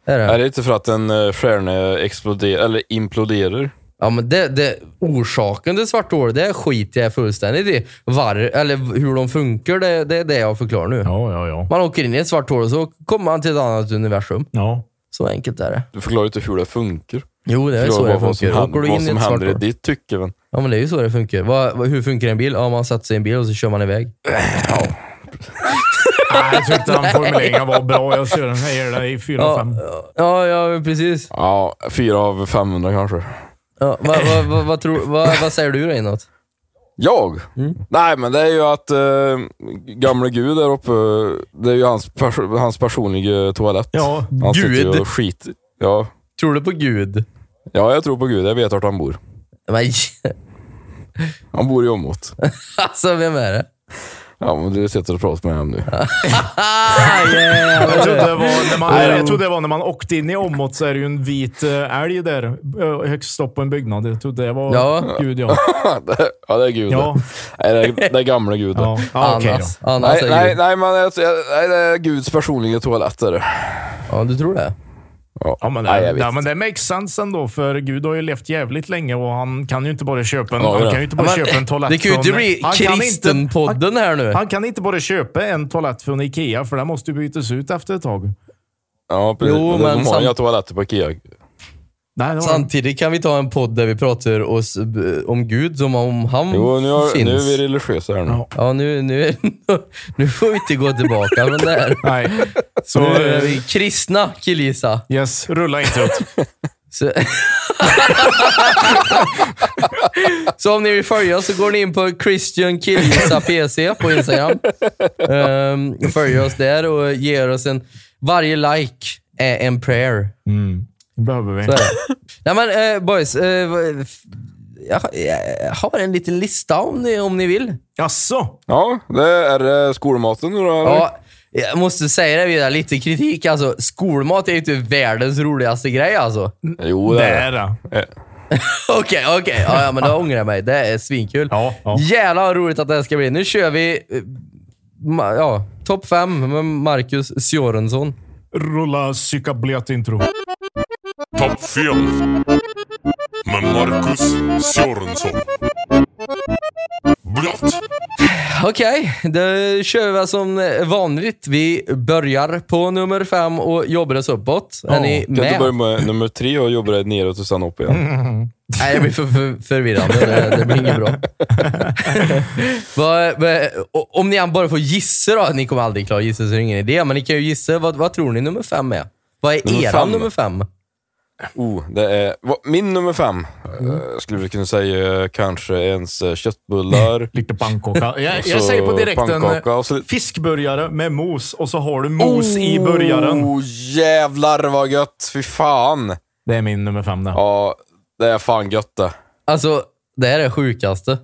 [SPEAKER 1] Är det?
[SPEAKER 2] Är det inte för att en eh, stjärna exploderar, eller imploderar?
[SPEAKER 1] Ja, men det, det, orsaken till svart hål, det skiter jag fullständigt i. Var, eller hur de funkar, det, det är det jag förklarar nu.
[SPEAKER 3] Ja, ja, ja.
[SPEAKER 1] Man åker in i ett svart hål och så kommer man till ett annat universum.
[SPEAKER 3] Ja.
[SPEAKER 1] Så enkelt är det.
[SPEAKER 2] Du förklarar ju inte hur det funkar.
[SPEAKER 1] Jo, det är
[SPEAKER 2] Du
[SPEAKER 1] så
[SPEAKER 2] förklarar
[SPEAKER 1] det
[SPEAKER 2] bara vad som
[SPEAKER 1] funkar.
[SPEAKER 2] händer-
[SPEAKER 1] Åker du
[SPEAKER 2] vad
[SPEAKER 1] in i
[SPEAKER 2] som
[SPEAKER 1] ett svart
[SPEAKER 2] händer i
[SPEAKER 1] hål?
[SPEAKER 2] ditt tycke. Men.
[SPEAKER 1] Ja, men det är ju så det funkar. Vad- vad- hur funkar en bil? Ja, man sätter sig i en bil och så kör man iväg.
[SPEAKER 3] Nej, jag tyckte den formuleringen var bra. Jag kör den här i 4
[SPEAKER 1] Ja,
[SPEAKER 3] 5.
[SPEAKER 1] ja, ja precis.
[SPEAKER 2] Ja, fyra av 500 kanske.
[SPEAKER 1] Ja, vad, vad, vad, vad, tror, vad, vad säger du då inåt?
[SPEAKER 2] Jag?
[SPEAKER 1] Mm.
[SPEAKER 2] Nej, men det är ju att eh, gamle Gud där uppe, det är ju hans, pers- hans personliga toalett.
[SPEAKER 3] Ja.
[SPEAKER 2] han sitter
[SPEAKER 1] Gud?
[SPEAKER 2] ju och skiter. Ja.
[SPEAKER 1] Tror du på Gud?
[SPEAKER 2] ja, jag tror på Gud. Jag vet vart han bor.
[SPEAKER 1] Nej,
[SPEAKER 2] Han bor i Åmåt.
[SPEAKER 1] alltså vem är det?
[SPEAKER 2] Ja, men du sitter och pratar med honom nu.
[SPEAKER 1] Ah, yeah,
[SPEAKER 3] Jag trodde, det var när man, nej, jag trodde det var när man åkte in i omåt så är det ju en vit eh, älg där eh, högst upp på en byggnad. Jag trodde det var
[SPEAKER 1] Ja.
[SPEAKER 3] Gud, ja.
[SPEAKER 2] ja, det är Gud.
[SPEAKER 3] Ja.
[SPEAKER 2] Nej, det är, det är gamle Gud.
[SPEAKER 3] ja. ja Okej då.
[SPEAKER 1] Annars, annars
[SPEAKER 2] Nej,
[SPEAKER 1] är
[SPEAKER 2] nej,
[SPEAKER 1] Gud.
[SPEAKER 2] nej, men jag, jag, nej, det är Guds personliga toalett. Är det.
[SPEAKER 1] Ja, du tror det?
[SPEAKER 3] Ja, men det,
[SPEAKER 2] Nej, jag vet
[SPEAKER 3] ja, men det makes sense ändå, för Gud har ju levt jävligt länge och han kan ju inte bara köpa en,
[SPEAKER 2] Ja,
[SPEAKER 3] han
[SPEAKER 2] ja.
[SPEAKER 3] kan ju inte bara
[SPEAKER 1] Ja, men,
[SPEAKER 3] köpa en toalett
[SPEAKER 1] det kan ju inte
[SPEAKER 3] från-
[SPEAKER 1] bli
[SPEAKER 3] han kan inte-
[SPEAKER 1] kristenpodden här nu.
[SPEAKER 3] Han, han kan inte bara köpa en toalett från Ikea, för den måste ju bytas ut efter ett tag.
[SPEAKER 2] Ja, precis.
[SPEAKER 1] Jo,
[SPEAKER 2] men
[SPEAKER 1] men
[SPEAKER 2] de har
[SPEAKER 1] sam-
[SPEAKER 2] inga toaletter på Ikea.
[SPEAKER 3] Nej, det var
[SPEAKER 1] Samtidigt kan vi ta en podd där vi pratar oss, b- om Gud som om han
[SPEAKER 2] Jo, nu, har,
[SPEAKER 1] finns.
[SPEAKER 2] nu är vi religiösa här nu.
[SPEAKER 3] Ja.
[SPEAKER 1] Ja, nu, nu, nu får vi inte gå tillbaka från det här.
[SPEAKER 3] Nej. Så,
[SPEAKER 1] Nu är vi
[SPEAKER 3] eh,
[SPEAKER 1] kristna, killgissa.
[SPEAKER 3] yes, rulla inte ut.
[SPEAKER 1] Så... så om ni vill följa oss så går ni in på Christian Killgissa PC på Instagram. Um, följ oss där och ger oss en... Varje like är en prayer.
[SPEAKER 3] Det behöver vi.
[SPEAKER 1] Så är det. Nej men eh, boys, eh, vad- f- jag, har- jag har en liten lista om ni, om ni vill.
[SPEAKER 3] Jaså?
[SPEAKER 2] Ja, det är eh, skolmaten nu då? eller?
[SPEAKER 1] Ja, jag måste säga det, Vidar, lite kritik alltså. Skolmat är ju inte världens roligaste grej alltså.
[SPEAKER 2] Jo, det
[SPEAKER 3] Det
[SPEAKER 2] är
[SPEAKER 3] är
[SPEAKER 2] det. Eh,
[SPEAKER 3] det.
[SPEAKER 1] Okej, okej. Ja, ja, men då ångrar jag mig. Det är svinkul.
[SPEAKER 3] Ja, ja.
[SPEAKER 1] Jävlar vad roligt att det här ska bli. Nu kör vi eh, ma- ja, topp fem med Marcus Sörensson.
[SPEAKER 3] Rulla psyka blöt intro.
[SPEAKER 5] Topp 5 med Marcus Sörensson. Blött.
[SPEAKER 1] Okej, då kör vi väl som eh, vanligt. Vi börjar på nummer fem och jobbar oss uppåt. Är ni
[SPEAKER 2] Kan du börja
[SPEAKER 1] med?
[SPEAKER 3] Mm.
[SPEAKER 2] med nummer tre och jobba dig neråt och sen upp igen?
[SPEAKER 1] Nej, det blir för, för, förvirrande. Det, det blir inget bra. vad, vad, och- om ni bara får gissa då. Ni kommer aldrig klara att gissa, så det är ingen idé. Men ni kan ju gissa. Vad, vad tror ni nummer fem är? Vad är
[SPEAKER 2] Nummer
[SPEAKER 1] nummer
[SPEAKER 2] fem?
[SPEAKER 1] nummer fem?
[SPEAKER 2] Oh, det är, vad- min nummer fem, eh, skulle vi kunna säga eh, kanske ens eh, köttbullar.
[SPEAKER 3] Lite pannkaka. Jag,
[SPEAKER 2] och
[SPEAKER 3] jag
[SPEAKER 2] så
[SPEAKER 3] säger på direkten
[SPEAKER 2] Pannkaka och så
[SPEAKER 3] eh, fiskburgare med mos och så har du mos i burgaren.
[SPEAKER 2] Oh, jävlar vad gött! Fy fan!
[SPEAKER 3] Det är min nummer fem där.
[SPEAKER 2] Ja, det är fan gött det.
[SPEAKER 1] Alltså, det här är det sjukaste.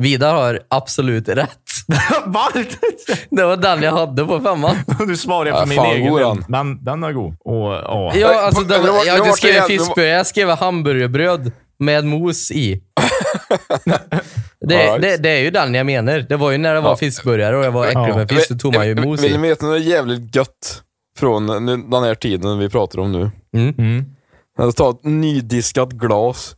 [SPEAKER 1] Vidar har absolut rätt.
[SPEAKER 3] Va?
[SPEAKER 1] Det var den jag hade på femman.
[SPEAKER 3] du svarar
[SPEAKER 2] Ja,
[SPEAKER 3] för min
[SPEAKER 2] fan,
[SPEAKER 3] egen
[SPEAKER 2] god
[SPEAKER 3] del.
[SPEAKER 2] den.
[SPEAKER 3] Men den är god. Och, ja.
[SPEAKER 1] Ja, alltså,
[SPEAKER 2] på-
[SPEAKER 1] det,
[SPEAKER 2] det var-
[SPEAKER 1] jag har
[SPEAKER 2] det var
[SPEAKER 1] inte skrivit
[SPEAKER 2] det- det var-
[SPEAKER 1] fiskburgare, jag skrev hamburgerbröd med mos i. det,
[SPEAKER 2] Alright.
[SPEAKER 1] det, det är ju den jag menar. Det var ju när det var
[SPEAKER 2] Ja.
[SPEAKER 1] fiskburgare och jag var äcklig
[SPEAKER 3] Ja.
[SPEAKER 1] med fisk, så tog man ju
[SPEAKER 2] Vill-
[SPEAKER 1] mos
[SPEAKER 2] Vill ni
[SPEAKER 1] i.
[SPEAKER 2] veta något jävligt gött från eh, nu- den här tiden vi pratar om nu?
[SPEAKER 3] Mm.
[SPEAKER 2] Att ta ett nydiskat glas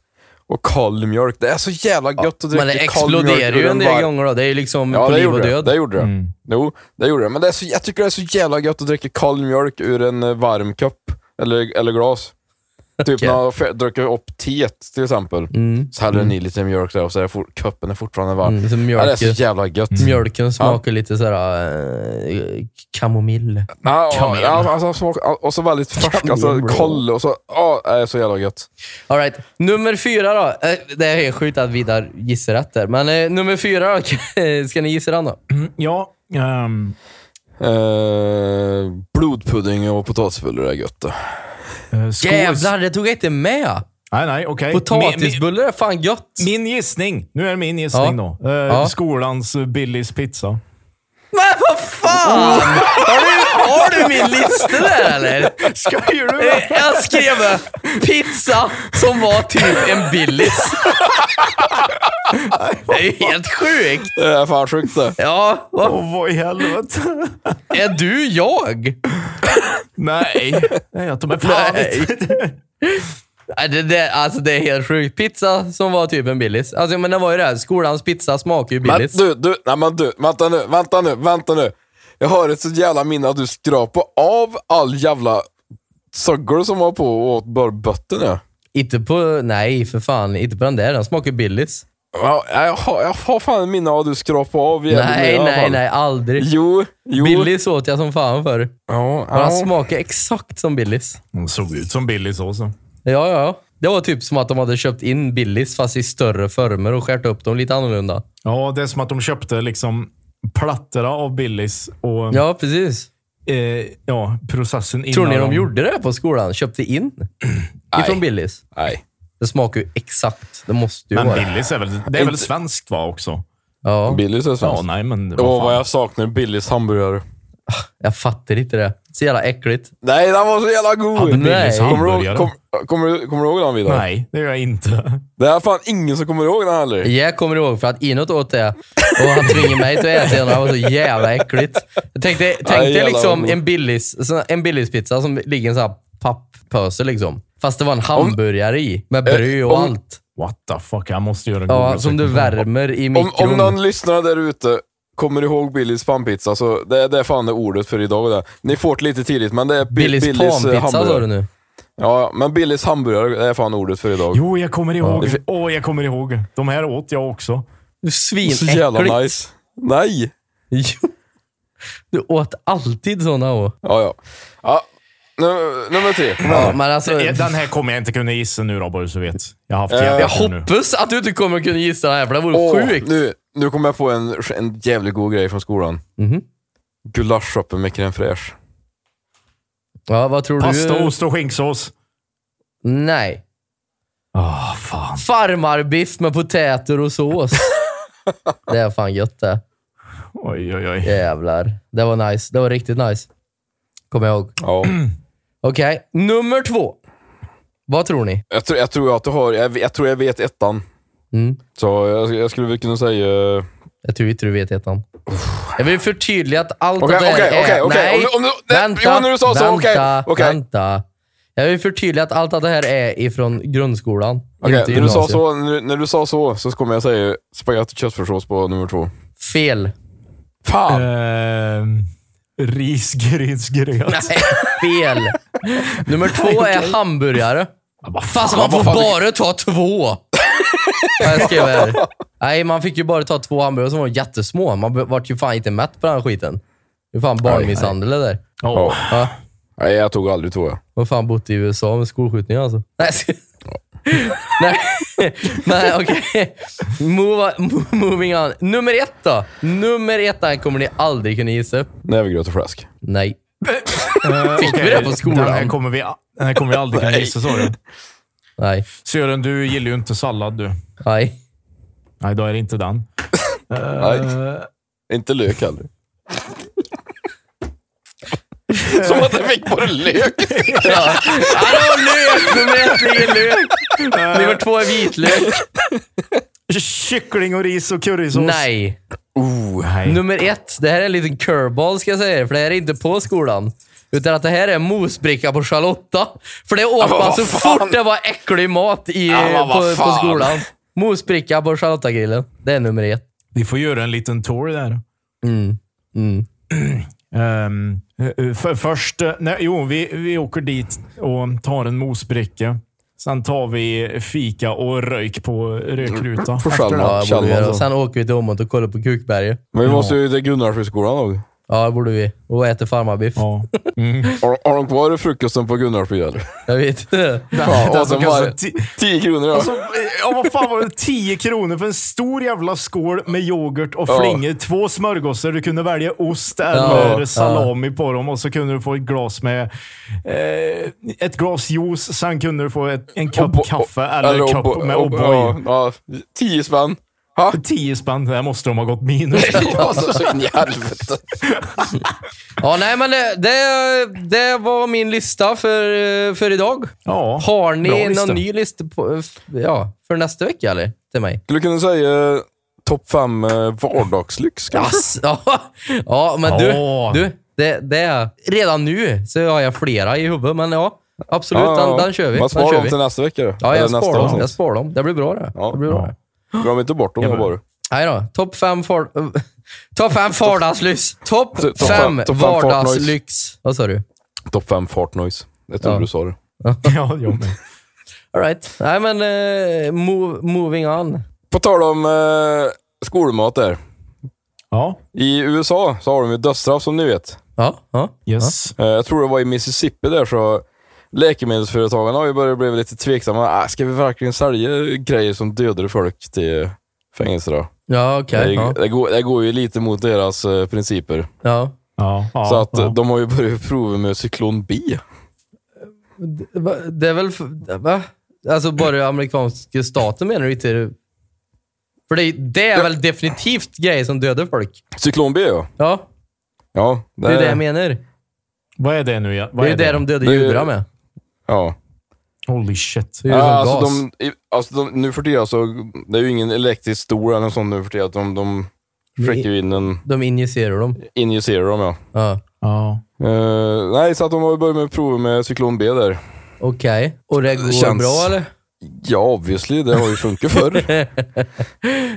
[SPEAKER 2] och kall mjölk. Det är så jävla gött att dricka
[SPEAKER 1] Men det
[SPEAKER 2] kall mjölk
[SPEAKER 1] exploderar
[SPEAKER 2] ur
[SPEAKER 1] ju en del
[SPEAKER 2] varm-
[SPEAKER 1] gånger då. Det är ju liksom
[SPEAKER 2] Ja,
[SPEAKER 1] på
[SPEAKER 2] det
[SPEAKER 1] liv och
[SPEAKER 2] gjorde det.
[SPEAKER 1] död.
[SPEAKER 2] Det gjorde det.
[SPEAKER 3] Mm.
[SPEAKER 2] Jo, det gjorde det. Men det är så, jag tycker det är så jävla gött att dricka kall mjölk ur en eh, varm kopp eller, eller glas. Typ
[SPEAKER 1] Okej.
[SPEAKER 2] när jag fe- dricker upp teet till exempel.
[SPEAKER 1] Mm.
[SPEAKER 2] Så häller ni lite mjölk där och så är for, koppen är fortfarande varm.
[SPEAKER 1] Mm, så
[SPEAKER 2] Ja, det är
[SPEAKER 1] mjölk,
[SPEAKER 2] så jävla gött.
[SPEAKER 1] mjölken smakar lite sådär äh, kamomill.
[SPEAKER 2] Ja,
[SPEAKER 1] Kom
[SPEAKER 2] ja,
[SPEAKER 1] igen.
[SPEAKER 2] alltså, smak, och så väldigt färsk. Alltså,
[SPEAKER 1] igen, bro.
[SPEAKER 2] koll och så. Ja, det är så jävla gött.
[SPEAKER 1] All right. Nummer fyra då. Eh, Det är helt sjukt att Vidar gissar rätt där. Men eh, nummer fyra då. Ska ni gissa den då?
[SPEAKER 3] Mm, ja. ehm,
[SPEAKER 2] Eh, blodpudding och potatisbullar är gött det.
[SPEAKER 3] eh, skål.
[SPEAKER 1] Jävlar, det tog jag inte med.
[SPEAKER 3] Nej, nej, okej. Min, min,
[SPEAKER 1] Potatisbullar är fan gött.
[SPEAKER 3] min gissning. Nu är det min gissning
[SPEAKER 1] Ja.
[SPEAKER 3] då. Eh,
[SPEAKER 1] Ja.
[SPEAKER 3] Skolans eh, Billys pizza.
[SPEAKER 1] Men vad fan! Oh. Har du, har du min lista där eller?
[SPEAKER 3] Skojar du
[SPEAKER 1] Eh, Jag skrev eh, pizza som var typ en Billys. Det är ju helt sjukt.
[SPEAKER 2] Det är fan sjukt det.
[SPEAKER 1] Ja, vad
[SPEAKER 3] Åh, vad i helvete?
[SPEAKER 1] är du jag?
[SPEAKER 3] Nej, nej jag tar mig fan
[SPEAKER 1] Nej.
[SPEAKER 3] inte.
[SPEAKER 1] Nej, Det, det, alltså det är helt sjukt. Pizza som var typ en Billys. Alltså, men det var ju det. här, Skolans pizza smakar ju
[SPEAKER 2] Men
[SPEAKER 1] Billys.
[SPEAKER 2] du, du, nej men du, vänta nu, vänta nu, vänta nu. Jag har ett så jävla minne att du skrapade av all jävla sögel som var på och åt bara botten ja.
[SPEAKER 1] Inte på... Nej, för fan. Inte på den där. Den smakar Billys.
[SPEAKER 2] Ja, Jag har, jag har fan ett minne av att du skrapade av jävligt
[SPEAKER 1] Nej,
[SPEAKER 2] mycket i alla
[SPEAKER 1] nej,
[SPEAKER 2] fall.
[SPEAKER 1] nej. Aldrig.
[SPEAKER 2] Jo, jo.
[SPEAKER 1] Billys åt jag som fan för.
[SPEAKER 2] Ja,
[SPEAKER 1] Men
[SPEAKER 2] ja.
[SPEAKER 1] han smakar exakt som Billys.
[SPEAKER 3] Hon såg ut som Billys också.
[SPEAKER 1] Ja, ja, ja. Det var typ som att de hade köpt in Billys fast i större former och skärt upp dem lite annorlunda.
[SPEAKER 3] Ja, det är som att de köpte liksom plattorna av Billys och ja.
[SPEAKER 1] Ja, precis.
[SPEAKER 3] Eh, ja, processen innan.
[SPEAKER 1] Tror ni de
[SPEAKER 3] de-
[SPEAKER 1] gjorde det på skolan? Köpte in ifrån Billys?
[SPEAKER 2] nej.
[SPEAKER 1] Det smakar ju exakt. Det måste ju
[SPEAKER 3] Men
[SPEAKER 1] vara.
[SPEAKER 3] Billys är väl, det är väl svenskt va också?
[SPEAKER 1] Ja,
[SPEAKER 2] Billys är
[SPEAKER 3] Ja,
[SPEAKER 2] svenskt.
[SPEAKER 3] nej men
[SPEAKER 2] Åh,
[SPEAKER 3] vad fan.
[SPEAKER 2] vad jag saknar Billys hamburgare.
[SPEAKER 1] jag fattar inte det. Så jävla äckligt.
[SPEAKER 2] Nej, den var så jävla god!
[SPEAKER 3] Hade
[SPEAKER 1] Nej.
[SPEAKER 3] Billys
[SPEAKER 2] Kommer du,
[SPEAKER 3] hamburgare?
[SPEAKER 2] ihåg- kom, kommer, du, kommer du ihåg den vidare?
[SPEAKER 3] Nej, det gör jag inte.
[SPEAKER 2] Det är fan ingen som kommer ihåg den heller.
[SPEAKER 1] Jag kommer ihåg för att Inåt åt det och han tvingade mig till att äta den och det var så jävla äckligt. Jag tänkte,
[SPEAKER 2] Aj,
[SPEAKER 1] tänkte
[SPEAKER 2] jävlar
[SPEAKER 1] liksom
[SPEAKER 2] vad god.
[SPEAKER 1] en Billys, sån- en Billys-pizza som ligger i en sån här papppåse liksom. Fast det var en hamburgare i med bröd och
[SPEAKER 2] om- Mm,
[SPEAKER 1] allt.
[SPEAKER 3] What the fuck, jag måste göra en
[SPEAKER 1] Ja,
[SPEAKER 3] Google-sökning.
[SPEAKER 1] som du värmer i
[SPEAKER 2] Om,
[SPEAKER 1] mikron.
[SPEAKER 2] om någon lyssnare där ute kommer ihåg Billys pannpizza, så det, det är fan det ordet för idag. Det. Ni får det lite tidigt, men det är Bi-
[SPEAKER 1] Billys
[SPEAKER 2] eh,
[SPEAKER 1] panpizza sa du nu.
[SPEAKER 2] Ja, men Billys hamburgare, det är fan ordet för idag.
[SPEAKER 3] Jo, jag kommer ihåg.
[SPEAKER 2] Ja.
[SPEAKER 3] Åh, jag kommer ihåg. De här åt jag också.
[SPEAKER 1] Du
[SPEAKER 2] så jävla
[SPEAKER 1] svinäckligt.
[SPEAKER 2] nice. Nej!
[SPEAKER 1] Jo. Du åt alltid såna och.
[SPEAKER 2] Ja, ja. ja nu, nummer tre.
[SPEAKER 1] Ja, men alltså,
[SPEAKER 3] Den här kommer jag inte kunna gissa nu då, bara så du vet. Jag har haft
[SPEAKER 2] Eh,
[SPEAKER 3] jävla
[SPEAKER 1] jag
[SPEAKER 3] tur nu.
[SPEAKER 1] hoppas att du inte kommer kunna gissa det här, för det vore
[SPEAKER 2] Åh,
[SPEAKER 1] sjukt.
[SPEAKER 2] nu, nu kommer jag på en, en jävligt god grej från skolan.
[SPEAKER 1] Mhm.
[SPEAKER 2] Gulaschsoppan med crème fraîche.
[SPEAKER 1] Ja, vad tror
[SPEAKER 3] Pasta,
[SPEAKER 1] du?
[SPEAKER 3] ost och skinksås.
[SPEAKER 1] Nej.
[SPEAKER 3] Ah, fan.
[SPEAKER 1] Farmarbiff med potäter och sås. det är fan gött det.
[SPEAKER 3] Oj, oj, oj.
[SPEAKER 1] Jävlar. Det var nice. Det var riktigt nice. Kommer jag ihåg.
[SPEAKER 2] Ja.
[SPEAKER 1] Okej, nummer två. Vad tror ni?
[SPEAKER 2] Jag, tror, jag tror att du har, jag, jag tror jag vet ettan.
[SPEAKER 1] Mm.
[SPEAKER 2] Så jag, jag skulle väl kunna säga...
[SPEAKER 1] Jag tror inte du vet ettan. Jag vill förtydliga att allt
[SPEAKER 2] Okej,
[SPEAKER 1] det där
[SPEAKER 2] okej,
[SPEAKER 1] är...
[SPEAKER 2] okej, okej.
[SPEAKER 1] Nej,
[SPEAKER 2] Om du- om du- nej,
[SPEAKER 1] vänta,
[SPEAKER 2] jo, när du sa så,
[SPEAKER 1] vänta,
[SPEAKER 2] okej, okej.
[SPEAKER 1] vänta. Jag vill förtydliga att allt det här är ifrån grundskolan.
[SPEAKER 2] Okej,
[SPEAKER 1] inte
[SPEAKER 2] när, du sa
[SPEAKER 1] gymnasiet.
[SPEAKER 2] så, när, när du sa så så kommer jag säga spagetti och köttfärssås på nummer två.
[SPEAKER 1] Fel.
[SPEAKER 3] Eh.
[SPEAKER 2] Fan!
[SPEAKER 3] Ehm, Risgrynsgröt.
[SPEAKER 1] Nej, fel. Nummer två är hamburgare. Fast man får
[SPEAKER 2] vad fan,
[SPEAKER 1] bara ta två! Vad jag skrev här. Nej, man fick ju bara ta två hamburgare som var jättesmå. Man be- vart ju fan inte mätt på den här skiten. Det är fan barnmisshandel det där.
[SPEAKER 3] Ja.
[SPEAKER 1] Ja.
[SPEAKER 2] Nej, jag tog aldrig två.
[SPEAKER 1] Vad fan bott i USA med skolskjutningar alltså? Nej, jag ska- Nej, Nej, okej. Move on- Moving on. Nummer ett då. Nummer ett här kommer ni aldrig kunna gissa.
[SPEAKER 2] Nävergröt och fläsk.
[SPEAKER 1] Nej.
[SPEAKER 3] Fick
[SPEAKER 1] vi det på skolan?
[SPEAKER 3] Eh, Den här kommer vi, den här kommer vi aldrig kunna gissa, sa du.
[SPEAKER 1] Nej.
[SPEAKER 3] Sören, du gillar ju inte sallad du.
[SPEAKER 1] Nej.
[SPEAKER 3] Nej, då är det inte den. Eh.
[SPEAKER 2] Nej. Inte lök heller. Som att jag fick bara lök.
[SPEAKER 1] Ja. Hallå, lök! Nummer ett ligger lök. Nummer två är vitlök.
[SPEAKER 3] Kyckling och ris och currysås.
[SPEAKER 1] Nej.
[SPEAKER 3] Oh, nej.
[SPEAKER 1] Nummer ett, det här är en liten curveball ska jag säga er, för det här är inte på skolan. Utan att det här är mosbricka på Charlotta. För det åt man
[SPEAKER 2] vad
[SPEAKER 1] så
[SPEAKER 2] fan?
[SPEAKER 1] fort det var äcklig mat i,
[SPEAKER 2] Ja, men vad
[SPEAKER 1] på, på
[SPEAKER 2] fan?
[SPEAKER 1] skolan. Mosbricka på Charlottagrillen. Det är nummer ett.
[SPEAKER 3] Vi får göra en liten tour där. Ehm, eh, för, först, eh, nej, jo, vi, vi åker dit och tar en mosbricka. Sen tar vi fika och röjk på rökruta.
[SPEAKER 2] För
[SPEAKER 3] Efter det.
[SPEAKER 1] Ja,
[SPEAKER 2] Chalmers.
[SPEAKER 1] det borde vi göra. Och
[SPEAKER 2] Chalmers.
[SPEAKER 1] sen åker vi till Åmål och kollar på Kukberget.
[SPEAKER 2] alltså. Men vi måste ju till Gunnarsbyskolan då.
[SPEAKER 1] Ja, det borde vi. Och äter farmarbiff.
[SPEAKER 3] Ja.
[SPEAKER 2] Har, har de kvar frukosten på Gunnarsby eller?
[SPEAKER 1] Jag vet inte.
[SPEAKER 2] Ja,
[SPEAKER 3] Den
[SPEAKER 2] och
[SPEAKER 3] som
[SPEAKER 2] sen var
[SPEAKER 3] kostar ti-
[SPEAKER 2] 10 kronor. Ja.
[SPEAKER 3] Alltså, ja, vad fan var det? 10 kronor för en stor jävla skål med yoghurt och
[SPEAKER 2] Ja.
[SPEAKER 3] flingor. Två smörgåsar. Du kunde välja ost
[SPEAKER 1] Ja,
[SPEAKER 3] eller
[SPEAKER 1] ja.
[SPEAKER 3] salami på dem och så kunde du få ett glas med eh, ett glas juice. Sen kunde du få ett, en kopp
[SPEAKER 2] Obo-
[SPEAKER 3] kaffe eller, en kopp
[SPEAKER 2] Obo-
[SPEAKER 3] med
[SPEAKER 2] Obo-
[SPEAKER 3] O'boy.
[SPEAKER 2] ja, ja. 10 spänn. Ha?
[SPEAKER 3] 10 spänn. Där måste de ha gått minus.
[SPEAKER 2] Ja, så så in i helvete.
[SPEAKER 1] Ja, nej, men det, det, det var min lista för, för idag.
[SPEAKER 3] Ja,
[SPEAKER 1] Har
[SPEAKER 3] bra
[SPEAKER 1] ni
[SPEAKER 3] lista.
[SPEAKER 1] någon ny lista på, ja, för nästa vecka eller? Till mig?
[SPEAKER 2] Skulle kunna säga eh, topp fem eh, vardagslyx kanske?
[SPEAKER 1] Ass, ja. ja, men du.
[SPEAKER 3] Ja.
[SPEAKER 1] du det, det, redan nu så har jag flera i huvudet, men ja. Absolut,
[SPEAKER 2] Ja, ja,
[SPEAKER 1] den,
[SPEAKER 2] ja.
[SPEAKER 1] den kör vi. Den
[SPEAKER 2] Man sparar
[SPEAKER 1] kör
[SPEAKER 2] dem
[SPEAKER 1] vi.
[SPEAKER 2] till nästa vecka då.
[SPEAKER 1] Ja,
[SPEAKER 2] Eller
[SPEAKER 1] jag
[SPEAKER 2] nästa
[SPEAKER 1] sparar, dem.
[SPEAKER 2] avsnitt.
[SPEAKER 1] jag sparar dem. Det blir bra det.
[SPEAKER 2] Ja.
[SPEAKER 1] det, blir bra det.
[SPEAKER 2] Glöm inte bort dem
[SPEAKER 3] Ja,
[SPEAKER 2] då
[SPEAKER 3] men-
[SPEAKER 2] bara.
[SPEAKER 1] Nej då. Topp fem, far, top fem vardagslyx. Topp
[SPEAKER 2] Topp fem-
[SPEAKER 1] fem
[SPEAKER 2] topp fem
[SPEAKER 1] vardagslyx. Vad sa du?
[SPEAKER 2] Topp fem fart noise. Jag tror
[SPEAKER 1] Ja.
[SPEAKER 2] du sa det.
[SPEAKER 3] Ja, jag med.
[SPEAKER 1] All right. Nej, men eh, move, moving on.
[SPEAKER 2] På tal om eh, skolmat där.
[SPEAKER 3] Ja,
[SPEAKER 2] I USA så har de ju dödsstraff som ni vet.
[SPEAKER 1] Ja, ja.
[SPEAKER 3] yes.
[SPEAKER 2] Eh, jag tror det var i Mississippi där så läkemedelsföretagen har ju börjat bli lite tveksamma. Ah, ska vi verkligen sälja grejer som dödar folk till fängelser då?
[SPEAKER 1] Ja, okej.
[SPEAKER 2] det,
[SPEAKER 1] Ja.
[SPEAKER 2] det, går, det går ju lite mot deras eh, principer.
[SPEAKER 1] Ja.
[SPEAKER 3] Ja, ja,
[SPEAKER 2] så att eh,
[SPEAKER 3] ja.
[SPEAKER 2] de har ju börjat prova med cyklon B.
[SPEAKER 1] Va- Det är väl... f- Va? Alltså bara amerikanska staten menar du inte? För det, det är väl definitivt grejer som dödar folk?
[SPEAKER 2] Cyklon B ja.
[SPEAKER 1] Ja,
[SPEAKER 2] Ja, eh,
[SPEAKER 1] det är det jag menar.
[SPEAKER 3] Vad är det nu? ja? Vad
[SPEAKER 1] Det är ju det de dödar
[SPEAKER 2] Det är-
[SPEAKER 1] judar med.
[SPEAKER 2] Ja.
[SPEAKER 3] Holy shit.
[SPEAKER 1] Det är ju
[SPEAKER 2] Ja,
[SPEAKER 1] som
[SPEAKER 2] alltså,
[SPEAKER 1] gas.
[SPEAKER 2] de, i- alltså de, nu för tiden så, det är ju ingen elektrisk stol eller något sånt nu för tiden. att De, de försöker ju in en,
[SPEAKER 1] De injicerar dem.
[SPEAKER 2] injicerar dem ja.
[SPEAKER 1] Ja.
[SPEAKER 3] Ja.
[SPEAKER 2] Eh, nej, så att de har ju börjat med att prova med cyklon B där.
[SPEAKER 1] Okej. Och det går
[SPEAKER 2] känns-
[SPEAKER 1] bra eller?
[SPEAKER 2] Ja, obviously. Det har ju funkat förr.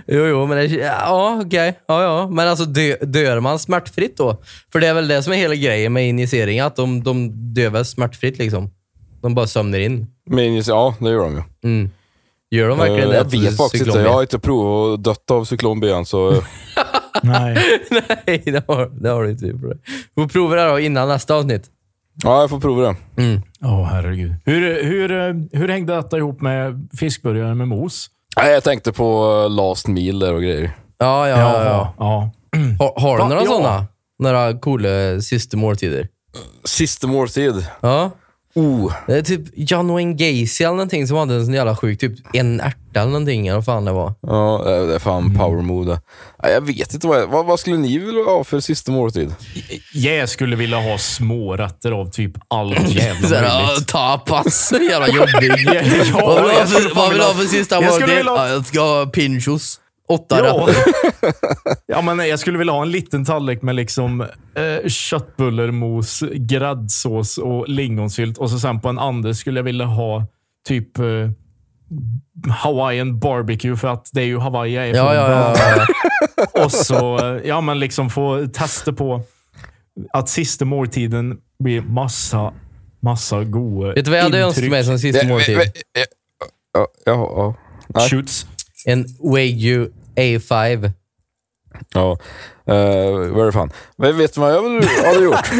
[SPEAKER 1] Jo, jo, men det, ja, okej. Ja, ja. Men alltså dö, dör man smärtfritt då? För det är väl det som är hela grejen med injicering, att de, de dör väl smärtfritt liksom. De bara sömnar in.
[SPEAKER 2] med injice- ja, det gör de ju.
[SPEAKER 1] Gör de
[SPEAKER 2] Eh,
[SPEAKER 1] verkligen det?
[SPEAKER 2] jag vet faktiskt inte.
[SPEAKER 1] Cyklon B?
[SPEAKER 2] Jag har inte provat att dött av cyklon B än, så eh,
[SPEAKER 3] Nej.
[SPEAKER 1] Nej, det har, det har du inte gjort. Vi får prova det då innan nästa avsnitt.
[SPEAKER 2] ja, jag får prova det.
[SPEAKER 3] Åh, herregud. Hur, hur, eh, hur hängde detta ihop med fiskburgare med mos?
[SPEAKER 2] Nej, jag tänkte på eh, last meal där och grejer.
[SPEAKER 1] Ja, ja, ja. ja.
[SPEAKER 3] ja.
[SPEAKER 1] Har, har du
[SPEAKER 3] Fan,
[SPEAKER 1] några
[SPEAKER 3] ja.
[SPEAKER 1] sådana? Några coola sista måltider?
[SPEAKER 2] Sista måltid.
[SPEAKER 1] Ja.
[SPEAKER 2] Oh.
[SPEAKER 1] Det är typ John Wayne Gacy eller någonting som hade en sån jävla sjuk, typ en ärta eller någonting, eller vad fan det var.
[SPEAKER 2] Ja, eh, det det är fan power move det. Nej, jag vet inte. Vad, jag- vad, vad skulle ni vilja ha för sista måltid?
[SPEAKER 3] Jag skulle vilja ha smårätter av typ allt jävla
[SPEAKER 1] Såhär, ja,
[SPEAKER 3] möjligt.
[SPEAKER 1] tapas. Jävla jobbig.
[SPEAKER 3] Ja, ja,
[SPEAKER 1] vad vill du ha
[SPEAKER 3] jag skulle
[SPEAKER 1] för,
[SPEAKER 3] fan
[SPEAKER 1] vad vill du ha
[SPEAKER 3] vilja-
[SPEAKER 1] för sista
[SPEAKER 3] jag skulle
[SPEAKER 1] måltid?
[SPEAKER 3] vilja ha-
[SPEAKER 1] Ja, jag ska ha pinchos. Åtta
[SPEAKER 3] Ja.
[SPEAKER 1] rätter.
[SPEAKER 3] ja, men jag skulle vilja ha en liten tallrik med liksom eh, köttbullermos, gräddsås och lingonsylt. Och så sen på en andra skulle jag vilja ha typ eh, Hawaiian barbecue för att det är ju Hawaii jag är
[SPEAKER 1] Ja,
[SPEAKER 3] från
[SPEAKER 1] ja, ja. ja.
[SPEAKER 3] Och så eh, ja, men liksom få testa på att sista måltiden blir massa Massa goa
[SPEAKER 1] Vet du vad jag hade önskat mig som sista måltid?
[SPEAKER 2] Ja, ja, ja. Nej.
[SPEAKER 3] Shoots.
[SPEAKER 1] En Wagyu A5.
[SPEAKER 2] Ja. Eh, vad är det fan? Men vet du vad jag hade gjort?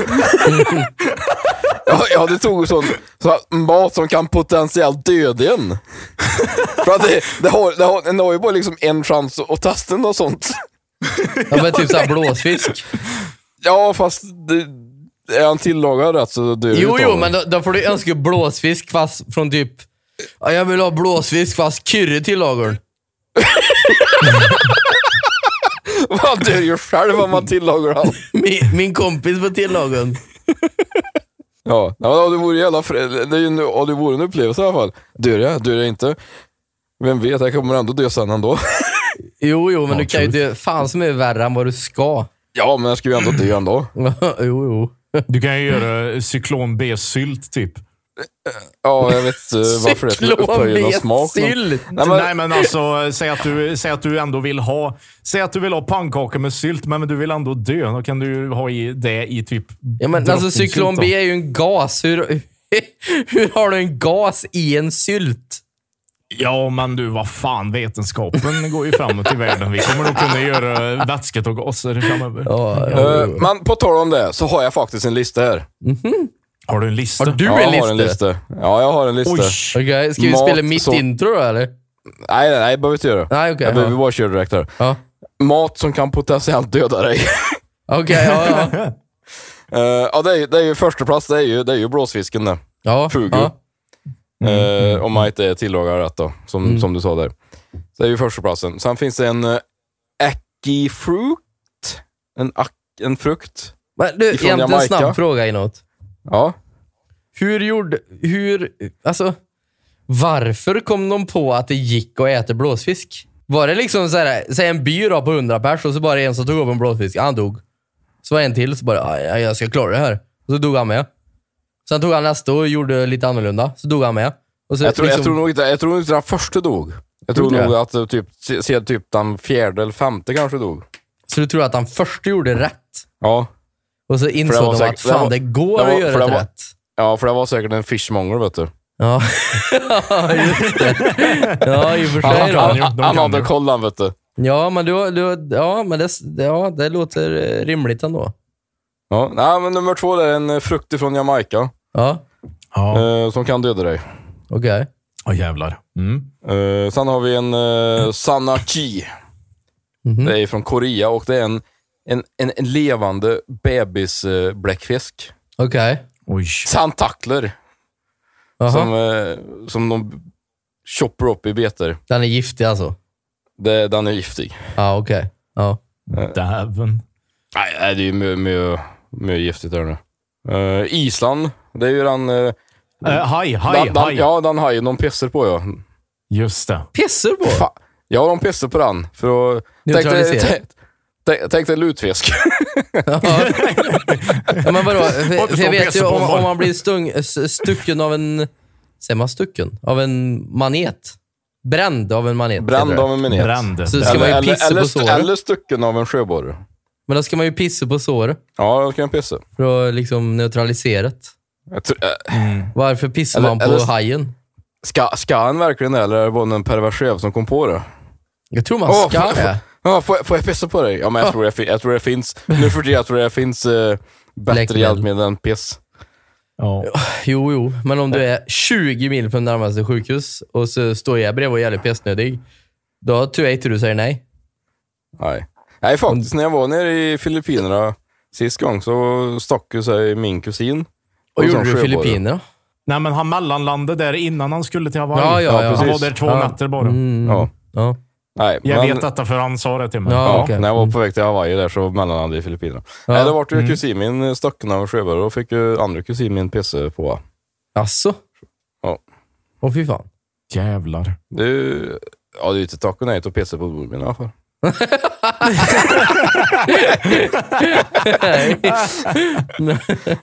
[SPEAKER 2] jag, jag hade tog sån, sån här mat som kan potentiellt döda en. För att det, det, har, det, har, den har ju bara liksom en chans att testa något sånt.
[SPEAKER 1] Ja, men typ såhär blåsfisk.
[SPEAKER 2] Ja, fast det, är han tillagad rätt så dör
[SPEAKER 1] Jo,
[SPEAKER 2] utav
[SPEAKER 1] jo,
[SPEAKER 2] det.
[SPEAKER 1] men då, då får du önska blåsfisk fast från typ... Ja, jag vill ha blåsfisk fast kyrre till lagern.
[SPEAKER 2] Man dör ju själv om man tillagar allt.
[SPEAKER 1] Min, min kompis på tillagern.
[SPEAKER 2] Ja, ja det vore jävla frä- det är ju en, ja, det vore en upplevelse i alla fall. Dör jag? Dör jag inte? Vem vet, jag kommer ändå dö sen ändå.
[SPEAKER 1] Jo, jo, men du kan ju dö fan som är värre än vad du ska.
[SPEAKER 2] Ja, men jag ska ju ändå dö ändå.
[SPEAKER 1] jo, jo.
[SPEAKER 3] Du kan ju göra cyklon B-sylt typ.
[SPEAKER 2] Ja, jag vet eh, varför det skulle upphöja någon smak. men-
[SPEAKER 1] Cyklon-B-sylt.
[SPEAKER 2] Nej, men,
[SPEAKER 3] Nej men alltså, säg att, du, säg att du ändå vill ha Säg att du vill ha pannkaka med sylt, men men du vill ändå dö. Då kan du ju ha i det i typ
[SPEAKER 1] Ja, men alltså
[SPEAKER 3] drottningsylt
[SPEAKER 1] cyklon
[SPEAKER 3] då.
[SPEAKER 1] B är ju en gas. Hur, hur har du en gas i en sylt?
[SPEAKER 3] Ja, men du, vad fan. Vetenskapen går ju framåt i världen. Vi kommer nog kunna göra vätsket och gaser framöver.
[SPEAKER 1] Ja,
[SPEAKER 2] eh, men på tal om det så har jag faktiskt en lista här.
[SPEAKER 3] Har du en lista?
[SPEAKER 1] Har du
[SPEAKER 2] ja, jag
[SPEAKER 1] en
[SPEAKER 2] har en
[SPEAKER 1] lista?
[SPEAKER 2] lista. Ja, jag har en lista.
[SPEAKER 3] Oj!
[SPEAKER 1] Okej, ska vi
[SPEAKER 2] Mat,
[SPEAKER 1] spela mitt
[SPEAKER 2] så-
[SPEAKER 1] intro då, eller?
[SPEAKER 2] Nej, nej, nej, behöver inte göra.
[SPEAKER 1] Nej, okej,
[SPEAKER 2] jag behöver
[SPEAKER 1] ja.
[SPEAKER 2] bara köra direkt här.
[SPEAKER 1] Ja.
[SPEAKER 2] Mat som kan potentiellt döda dig.
[SPEAKER 1] Okej, ja, ja.
[SPEAKER 2] Eh, ja, det är, ju- det är ju första plats, det är ju, det är ju blåsfisken det.
[SPEAKER 1] ja,
[SPEAKER 2] Fugu.
[SPEAKER 1] ja.
[SPEAKER 2] Eh, om man inte är tillagad rätt då, som, som du sa där. Så det är ju första platsen. Sen finns det en uh, fruit. En, ak- en frukt.
[SPEAKER 1] Men du,
[SPEAKER 2] Ifrån
[SPEAKER 1] egentligen en snabb
[SPEAKER 2] Jamaica.
[SPEAKER 1] fråga inåt.
[SPEAKER 2] Ja.
[SPEAKER 1] Hur gjorde... Hur... Alltså... Varför kom de på att det gick att äta blåsfisk? Var det liksom så här, säg en by då på 100 pers och så bara en som tog upp en blåsfisk. Han dog. Så var en till så bara, "Aj, jag ska klara det här. Och så dog han med. Sen tog han nästa och gjorde lite annorlunda. Så dog han med. Och så
[SPEAKER 2] Jag tror, jag
[SPEAKER 1] liksom-
[SPEAKER 2] tror nog inte, jag tror inte den första dog. Jag tror
[SPEAKER 1] Tror du
[SPEAKER 2] nog att eh, typ, se, se, typ den fjärde eller femte kanske dog.
[SPEAKER 1] Så du tror att han först gjorde rätt?
[SPEAKER 2] Ja.
[SPEAKER 1] Och så
[SPEAKER 2] var
[SPEAKER 1] insåg de
[SPEAKER 2] säkert-
[SPEAKER 1] att fan,
[SPEAKER 2] det
[SPEAKER 1] det
[SPEAKER 2] var-
[SPEAKER 1] går
[SPEAKER 2] det var-
[SPEAKER 1] att
[SPEAKER 2] för
[SPEAKER 1] göra
[SPEAKER 2] det
[SPEAKER 1] ett
[SPEAKER 2] var-
[SPEAKER 1] rätt.
[SPEAKER 2] Ja, för det var säkert en fishmonger vet du.
[SPEAKER 1] Ja, just det. Ja, i och för
[SPEAKER 2] Han,
[SPEAKER 1] sig
[SPEAKER 2] han,
[SPEAKER 1] då.
[SPEAKER 2] han,
[SPEAKER 3] ju, de kan
[SPEAKER 2] han hade
[SPEAKER 3] ju.
[SPEAKER 2] kollen vet du.
[SPEAKER 1] Ja, men, du, du, ja, men det, ja, det låter eh, rimligt ändå.
[SPEAKER 2] Ja. Nej, men nummer två där är en eh, frukt från Jamaica
[SPEAKER 1] Ja,
[SPEAKER 3] Ja,
[SPEAKER 2] eh, som kan döda dig.
[SPEAKER 1] okej.
[SPEAKER 3] oh, jävlar. Mm.
[SPEAKER 2] Eh, sen har vi en uh, Sanachi.
[SPEAKER 1] Mhm.
[SPEAKER 2] Det är från Korea och det är en, en, en, en levande eh, bebisbläckfisk.
[SPEAKER 1] Okej.
[SPEAKER 3] Oj.
[SPEAKER 2] Tentakler
[SPEAKER 1] Jaha.
[SPEAKER 2] som, eh, som de choppar upp i beter.
[SPEAKER 1] Den är giftig alltså?
[SPEAKER 2] Det, den är giftig.
[SPEAKER 1] Ja, okej. Ja.
[SPEAKER 3] Däven.
[SPEAKER 2] Nej, nej, det är ju mycket, mycket, mycket giftigt här nu. Eh, Island, det är ju den... eh,
[SPEAKER 3] Eh, haj, haj,
[SPEAKER 2] den, den
[SPEAKER 3] haj.
[SPEAKER 2] ja, den hajen de pissar på ja.
[SPEAKER 3] Just det.
[SPEAKER 1] Pissar på?
[SPEAKER 2] Fa- ja, de pissar på den för att... Tänk dig-
[SPEAKER 1] Neutralisera.
[SPEAKER 2] tänk- tänk- Tänk dig lutfisk.
[SPEAKER 1] Ja. ja, men vadå? För, för
[SPEAKER 3] Återstår
[SPEAKER 1] jag vet ju
[SPEAKER 3] pissar på
[SPEAKER 1] om,
[SPEAKER 3] honom.
[SPEAKER 1] om man blir stung, s- stucken av en... Säger man stucken? Av en manet? Bränd av en manet. heter
[SPEAKER 2] Bränd
[SPEAKER 1] det.
[SPEAKER 2] av en minet.
[SPEAKER 3] Bränd.
[SPEAKER 1] Så ska
[SPEAKER 2] Eller,
[SPEAKER 1] man ju
[SPEAKER 2] eller,
[SPEAKER 1] pissa
[SPEAKER 2] eller,
[SPEAKER 1] på
[SPEAKER 2] st-
[SPEAKER 1] såret.
[SPEAKER 2] eller stucken av en sjöborre.
[SPEAKER 1] Men då ska man ju pissa på sår
[SPEAKER 2] Ja, då kan jag pissa.
[SPEAKER 1] för att liksom neutralisera det.
[SPEAKER 2] Jag tror, eh,
[SPEAKER 1] Varför pissar
[SPEAKER 2] Eller-
[SPEAKER 1] man på
[SPEAKER 2] eller-
[SPEAKER 1] hajen?
[SPEAKER 2] ska, ska han verkligen det, eller är det bara en pervers röv som kom på det?
[SPEAKER 1] Jag tror man
[SPEAKER 2] Åh,
[SPEAKER 1] ska
[SPEAKER 2] fan.
[SPEAKER 1] det.
[SPEAKER 2] Ja, får, jag- får jag pissa på dig? Ja, men jag, tror det, fin- jag tror det finns, nu för tiden jag tror det finns eh, bättre
[SPEAKER 1] Läkemedel.
[SPEAKER 2] hjälpmedel än piss.
[SPEAKER 3] Ja.
[SPEAKER 1] Jo, jo, men om du är 20 mil från närmaste sjukhus och så står jag bredvid och är jävligt pestnödig, då tror jag inte du säger nej.
[SPEAKER 2] Nej. Nej, faktiskt. När jag var nere i Filippinerna sist gång så stack ju sig min kusin.
[SPEAKER 1] Och
[SPEAKER 2] en
[SPEAKER 1] gjorde
[SPEAKER 2] sån
[SPEAKER 1] du
[SPEAKER 2] sjöborre.
[SPEAKER 1] Filippiner då?
[SPEAKER 3] Nej, men han mellanlandade där innan han skulle till Hawaii.
[SPEAKER 1] Ja, ja, ja.
[SPEAKER 3] Han var
[SPEAKER 2] Precis.
[SPEAKER 3] där två
[SPEAKER 1] Ja. Mm.
[SPEAKER 3] nätter bara.
[SPEAKER 2] Ja.
[SPEAKER 1] Ja.
[SPEAKER 2] Nej,
[SPEAKER 3] Jag
[SPEAKER 2] men-
[SPEAKER 3] vet detta för han sa det till mig.
[SPEAKER 1] Ja.
[SPEAKER 2] Ja,
[SPEAKER 1] okej.
[SPEAKER 2] när jag var på väg till Hawaii där så mellanlandade jag i Filippinerna.
[SPEAKER 1] Ja.
[SPEAKER 2] Nej, det vart ju kusin min eh, stacken av en sjöborre och fick ju andra kusin min pissa på.
[SPEAKER 1] Alltså?
[SPEAKER 2] Ja.
[SPEAKER 1] Åh fy fan.
[SPEAKER 3] Jävlar.
[SPEAKER 2] Det är ju, ja, det är ju inte tack och nej till att pissa på bordet men i alla fall.
[SPEAKER 1] Nej.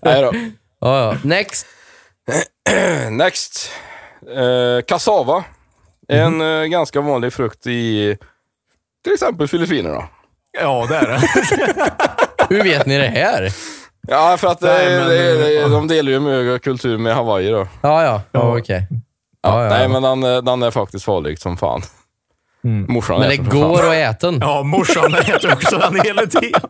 [SPEAKER 2] Nej då.
[SPEAKER 1] ja, ja. Next.
[SPEAKER 2] Next. Eh, cassava. En eh, ganska vanlig frukt i till exempel Filippinerna.
[SPEAKER 3] Ja, det är det.
[SPEAKER 1] Hur vet ni det här?
[SPEAKER 2] Ja, för att det,
[SPEAKER 3] Nej, men-
[SPEAKER 2] det, det, de delar ju mög och kultur med Hawaii då.
[SPEAKER 1] Ja, ja. ja. Okej. Ja,
[SPEAKER 2] Ja,
[SPEAKER 1] ja, ja.
[SPEAKER 2] Nej, men den, eh, den är faktiskt farlig som fan. Morsan
[SPEAKER 1] Men det
[SPEAKER 2] äter som
[SPEAKER 1] går
[SPEAKER 2] fan.
[SPEAKER 1] att äta den.
[SPEAKER 3] Ja, morsan äter också den hela tiden.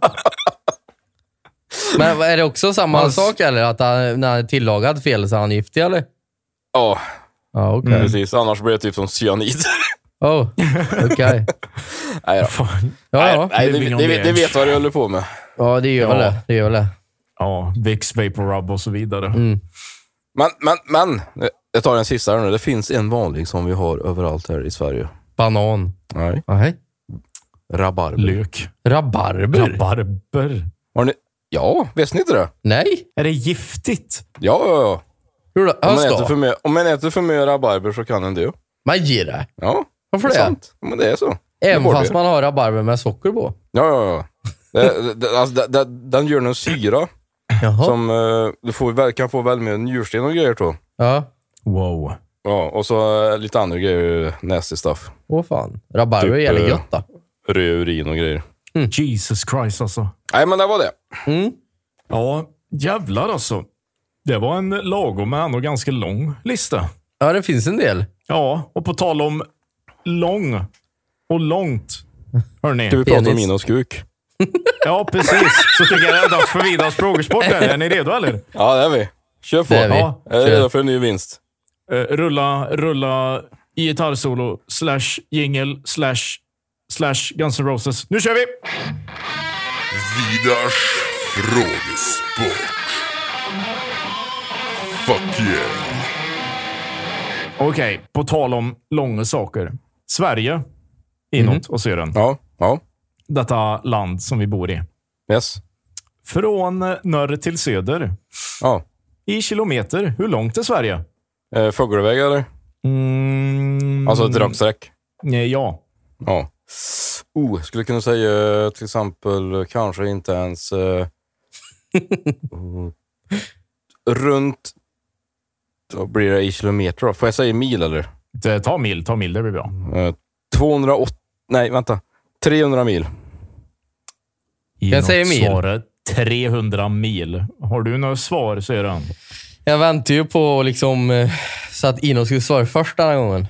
[SPEAKER 1] Men vad- är det också samma
[SPEAKER 3] Man s-
[SPEAKER 1] sak eller? Att han, när han är tillagad fel så är han giftig eller?
[SPEAKER 2] Ja,
[SPEAKER 1] Ja, okej.
[SPEAKER 2] precis. Annars blir det typ som cyanid.
[SPEAKER 1] Oh, okej.
[SPEAKER 2] nej, då.
[SPEAKER 3] Fan.
[SPEAKER 1] Ja, ja.
[SPEAKER 2] nej, det,
[SPEAKER 3] Living on
[SPEAKER 2] det,
[SPEAKER 3] the
[SPEAKER 2] det
[SPEAKER 3] edge.
[SPEAKER 2] vet vad du håller på med.
[SPEAKER 1] ja, det gör väl det. Det gör väl det.
[SPEAKER 3] Ja, Vicks Vapor Rub och så vidare.
[SPEAKER 1] Mm.
[SPEAKER 2] Men, men, men. Jag tar den sista här nu. Det finns en vanlig som vi har överallt här i Sverige.
[SPEAKER 1] Banan.
[SPEAKER 2] Nej.
[SPEAKER 1] Nej.
[SPEAKER 2] Rabarber.
[SPEAKER 3] Lök.
[SPEAKER 1] Rabarber?
[SPEAKER 3] Rabarber.
[SPEAKER 2] Har ni... Ja, visste ni inte det?
[SPEAKER 1] Nej.
[SPEAKER 3] Är det giftigt?
[SPEAKER 2] Ja, ja, ja.
[SPEAKER 1] Hur då?
[SPEAKER 2] Om
[SPEAKER 1] Hörs
[SPEAKER 2] man, äter
[SPEAKER 1] då?
[SPEAKER 2] för mycket, om man äter för mycket rabarber så kan en dö.
[SPEAKER 1] Man ger det.
[SPEAKER 2] Ja,
[SPEAKER 1] Varför
[SPEAKER 2] det är
[SPEAKER 1] det?
[SPEAKER 2] sant. Ja, Men det är så. Det
[SPEAKER 1] Även
[SPEAKER 2] går
[SPEAKER 1] fast
[SPEAKER 2] det.
[SPEAKER 1] man har rabarber med socker på.
[SPEAKER 2] Ja, ja, ja. Det, det, alltså, det, det, den gör en syra
[SPEAKER 1] Jaha.
[SPEAKER 2] som eh, du får, väl- kan få väldigt mycket njursten och grejer då.
[SPEAKER 1] Ja.
[SPEAKER 3] Wow.
[SPEAKER 2] Ja, och så eh, lite andra grejer, nasty stuff.
[SPEAKER 1] Åh fan. Rabarber
[SPEAKER 2] Typ,
[SPEAKER 1] är jävligt
[SPEAKER 2] eh,
[SPEAKER 1] gött då.
[SPEAKER 2] Röd urin och grejer.
[SPEAKER 1] Mm.
[SPEAKER 3] Jesus Christ alltså.
[SPEAKER 2] Nej, men det var det.
[SPEAKER 3] Ja, jävlar alltså. Det var en lagom men ändå ganska lång lista.
[SPEAKER 1] Ja, det finns en del.
[SPEAKER 3] Ja, och på tal om lång och långt. Hörrni.
[SPEAKER 2] Ska vi prata om
[SPEAKER 1] Penis.
[SPEAKER 2] min och skuk?
[SPEAKER 3] Ja, precis. Så tycker jag det är dags för Vidars frågesport. Här. Är ni redo eller?
[SPEAKER 2] Ja, det är vi. Kör på.
[SPEAKER 1] Det är vi.
[SPEAKER 2] Ja, jag är
[SPEAKER 1] Kör.
[SPEAKER 2] redo för en ny vinst.
[SPEAKER 3] Eh, rulla, rulla gitarrsolo slash jingle slash slash Guns N' Roses. Nu kör vi!
[SPEAKER 5] Vidars frågesport. Fuck yeah.
[SPEAKER 3] Okej, på tal om långa saker. Sverige inåt och södern.
[SPEAKER 2] Mhm. Ja, ja.
[SPEAKER 3] Detta land som vi bor i.
[SPEAKER 2] Yes.
[SPEAKER 3] Från eh, norr till söder.
[SPEAKER 2] Ja.
[SPEAKER 3] I kilometer. Hur långt är Sverige?
[SPEAKER 2] Eh, Fågelväg eller?
[SPEAKER 3] Mm,
[SPEAKER 2] Alltså ett rakt streck.
[SPEAKER 3] nej, ja.
[SPEAKER 2] Ja. Oh, skulle kunna säga eh, till exempel eh, kanske inte ens... Eh, oh, runt... Vad blir det i kilometer då? Får jag säga mil eller?
[SPEAKER 3] Det- eh, Ta mil, ta mil. Det blir bra.
[SPEAKER 2] Eh, 208... Nej, vänta. 300 mil.
[SPEAKER 1] Jag säger mil.
[SPEAKER 3] Svaret 300 mil. Har du några svar, Sören?
[SPEAKER 1] Jag väntar ju på liksom, eh, så att Ino skulle svara först den här gången.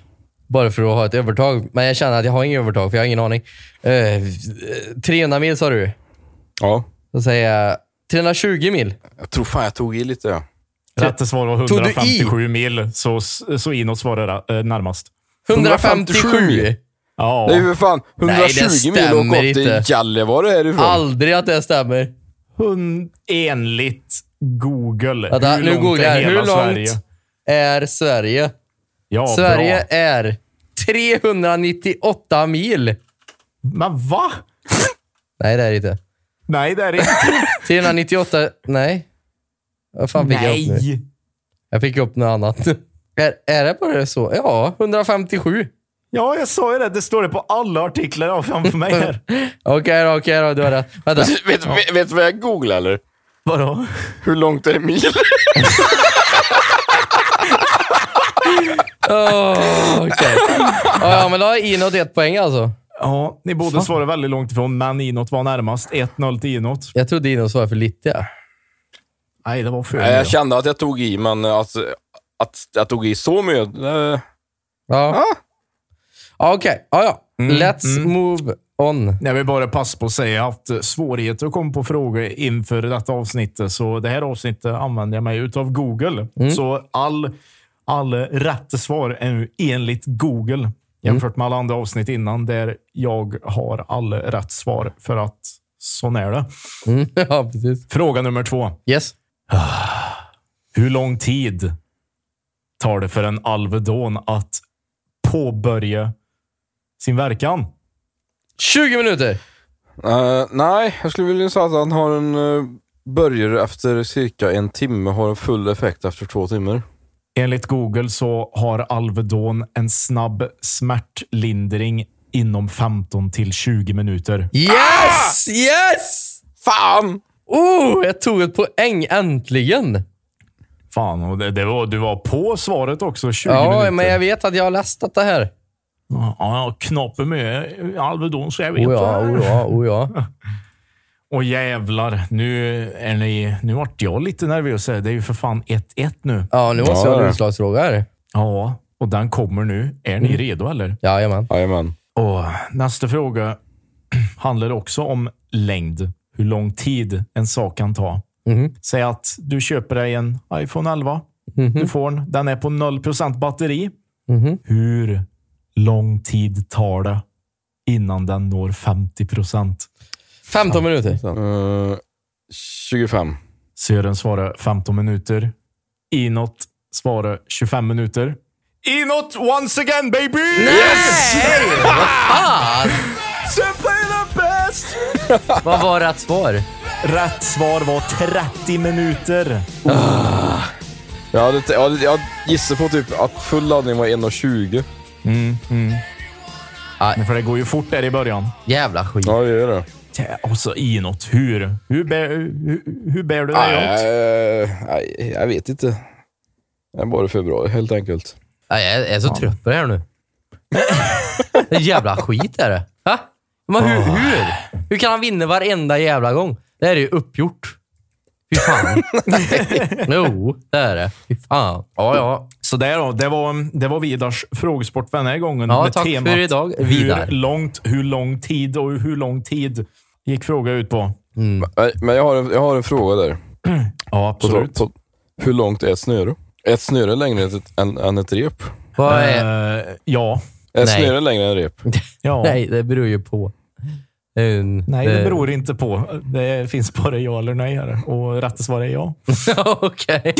[SPEAKER 1] Bara för att ha ett övertag. Men jag känner att jag har inget övertag, för jag har ingen aning. Eh, 300 mil sa du.
[SPEAKER 2] Ja.
[SPEAKER 1] Då säger jag 320 mil.
[SPEAKER 2] Jag tror fan jag tog i lite. Ja.
[SPEAKER 3] Rätta svar var
[SPEAKER 1] Tog du i?
[SPEAKER 3] 157 mil, så, så inåt svarar eh, närmast.
[SPEAKER 1] 157!
[SPEAKER 2] 157.
[SPEAKER 3] Ja.
[SPEAKER 2] Det är ju för fan 120 mil och
[SPEAKER 1] stämmer
[SPEAKER 2] åka upp
[SPEAKER 1] inte.
[SPEAKER 2] till Gällivare härifrån.
[SPEAKER 1] Aldrig att det stämmer.
[SPEAKER 3] Hund, enligt Google.
[SPEAKER 1] Vänta, nu
[SPEAKER 3] långt
[SPEAKER 1] googlar
[SPEAKER 3] är
[SPEAKER 1] jag.
[SPEAKER 3] hela
[SPEAKER 1] Hur långt
[SPEAKER 3] Sverige?
[SPEAKER 1] är Sverige?
[SPEAKER 3] Ja,
[SPEAKER 1] Sverige
[SPEAKER 3] Bra.
[SPEAKER 1] är 398 mil.
[SPEAKER 3] Men va?
[SPEAKER 1] Nej, det är det inte.
[SPEAKER 3] Nej, det är det inte.
[SPEAKER 1] 398... Nej. Vad fan fick jag upp nu?
[SPEAKER 3] Nej.
[SPEAKER 1] Jag fick upp något annat. Är, är det bara så? Ja, 157.
[SPEAKER 3] Ja, jag sa ju det. Det står det på alla artiklar jag har framför mig här.
[SPEAKER 1] Okej då, okej då. Du har rätt. Vänta.
[SPEAKER 2] Vet, vet, vet du vad jag googlade eller?
[SPEAKER 3] Vadå?
[SPEAKER 2] Hur långt är mil?
[SPEAKER 1] Oh, okej. Ja, ja, men då har inåt ett poäng alltså.
[SPEAKER 3] Ja, ni båda svarade väldigt långt ifrån, men inåt var närmast. 1-0 till inåt.
[SPEAKER 1] Jag trodde inåt svarade för lite. Ja.
[SPEAKER 3] Nej, det var för
[SPEAKER 2] Nej, jag
[SPEAKER 3] mycket.
[SPEAKER 2] kände att jag tog i, men eh, att, att jag tog i så mycket. eh,
[SPEAKER 1] Ja. Ja, okej. Ja, ja.
[SPEAKER 3] Mm,
[SPEAKER 1] Let's move on.
[SPEAKER 3] Jag vill bara passa på att säga att eh, svårigheter att komma på frågor inför detta avsnittet, så det här avsnittet använder jag mig utav Google. Så all, all rätt svar är nu enligt Google jämfört med alla andra avsnitt innan där jag har all rätt svar för att sån är det.
[SPEAKER 1] Mm. Ja, precis.
[SPEAKER 3] Fråga nummer två.
[SPEAKER 1] Yes.
[SPEAKER 3] Hur lång tid tar det för en Alvedon att påbörja sin verkan?
[SPEAKER 1] 20 minuter.
[SPEAKER 2] eh, nej, jag skulle vilja säga att han har en eh, börjar efter cirka en timme, har en full effekt efter två timmar.
[SPEAKER 3] Enligt Google så har Alvedon en snabb smärtlindring inom 15 till 20 minuter.
[SPEAKER 1] Yes! Yes!
[SPEAKER 2] Fan!
[SPEAKER 1] Oh, jag tog ett poäng äntligen.
[SPEAKER 3] Fan, och det, det var, du var på svaret också. 20
[SPEAKER 1] Ja,
[SPEAKER 3] minuter.
[SPEAKER 1] men jag vet att jag har lästat det här.
[SPEAKER 3] Ja, jag knapper med Alvedon så jag vet.
[SPEAKER 1] Oh ja, oh ja, oh ja.
[SPEAKER 3] Och jävlar, nu är ni... Nu vart jag lite nervös. här. Det är ju för fan 1-1 nu.
[SPEAKER 1] Ja, nu måste vi
[SPEAKER 2] Ja,
[SPEAKER 1] ha
[SPEAKER 2] det.
[SPEAKER 1] en utslagsfråga här.
[SPEAKER 3] Ja, och den kommer nu. Är ni
[SPEAKER 1] Mm.
[SPEAKER 3] redo eller?
[SPEAKER 1] Jajamän.
[SPEAKER 2] Jajamän.
[SPEAKER 3] Och nästa fråga handlar också om längd. Hur lång tid en sak kan ta.
[SPEAKER 1] Mhm.
[SPEAKER 3] Säg att du köper dig en iPhone 11. Du får den. Den är på 0% batteri.
[SPEAKER 1] Mhm.
[SPEAKER 3] Hur lång tid tar det innan den når 50%?
[SPEAKER 1] 15 minuter.
[SPEAKER 2] Eh, 25.
[SPEAKER 3] Sören svarar 15 minuter. Inåt svarar 25 minuter. Inåt once again baby!
[SPEAKER 1] Fan!
[SPEAKER 3] best!
[SPEAKER 1] Vad var rätt svar?
[SPEAKER 3] Rätt svar var 30 minuter.
[SPEAKER 2] Jag, hade, t- jag, hade, jag gissar på typ att full laddning var 1,20.
[SPEAKER 3] Men För det går ju fort där i början.
[SPEAKER 1] Jävla skit.
[SPEAKER 2] Ja, det gör det.
[SPEAKER 3] Tja, Och så inåt. Hur? Hur bär, hur, hur bär du dig åt?
[SPEAKER 2] Nej, eh, nej, jag vet inte. Det är bara februari, helt enkelt.
[SPEAKER 1] Nej, Jag är- jag är så trött på det här nu. det är jävla skit är det. Va? Men hur, hur? Hur kan han vinna varenda jävla gång? Det här är ju uppgjort. Fy fan. jo, det är det. Fy fan. Ja, ja.
[SPEAKER 3] Så där då, det var, det var Vidars frågesport för den här gången.
[SPEAKER 1] Ja, tack för idag, Vidar.
[SPEAKER 3] Hur långt, hur lång tid och hur lång tid gick fråga ut på.
[SPEAKER 1] Mm.
[SPEAKER 2] Nej, Men jag har en, jag har en fråga där.
[SPEAKER 3] Ja,
[SPEAKER 2] På, tal- på, hur långt är ett snöre? Är ett snöre längre än ett, än, än ett rep?
[SPEAKER 1] Vad är...
[SPEAKER 3] Eh, ja.
[SPEAKER 2] Är ett
[SPEAKER 1] Nej.
[SPEAKER 2] snöre längre än ett rep?
[SPEAKER 3] ja.
[SPEAKER 1] Nej, det beror ju på. Mm,
[SPEAKER 3] Nej, det beror inte på. Det finns bara ja eller nej här. Och rätt svar är ja.
[SPEAKER 1] Okej.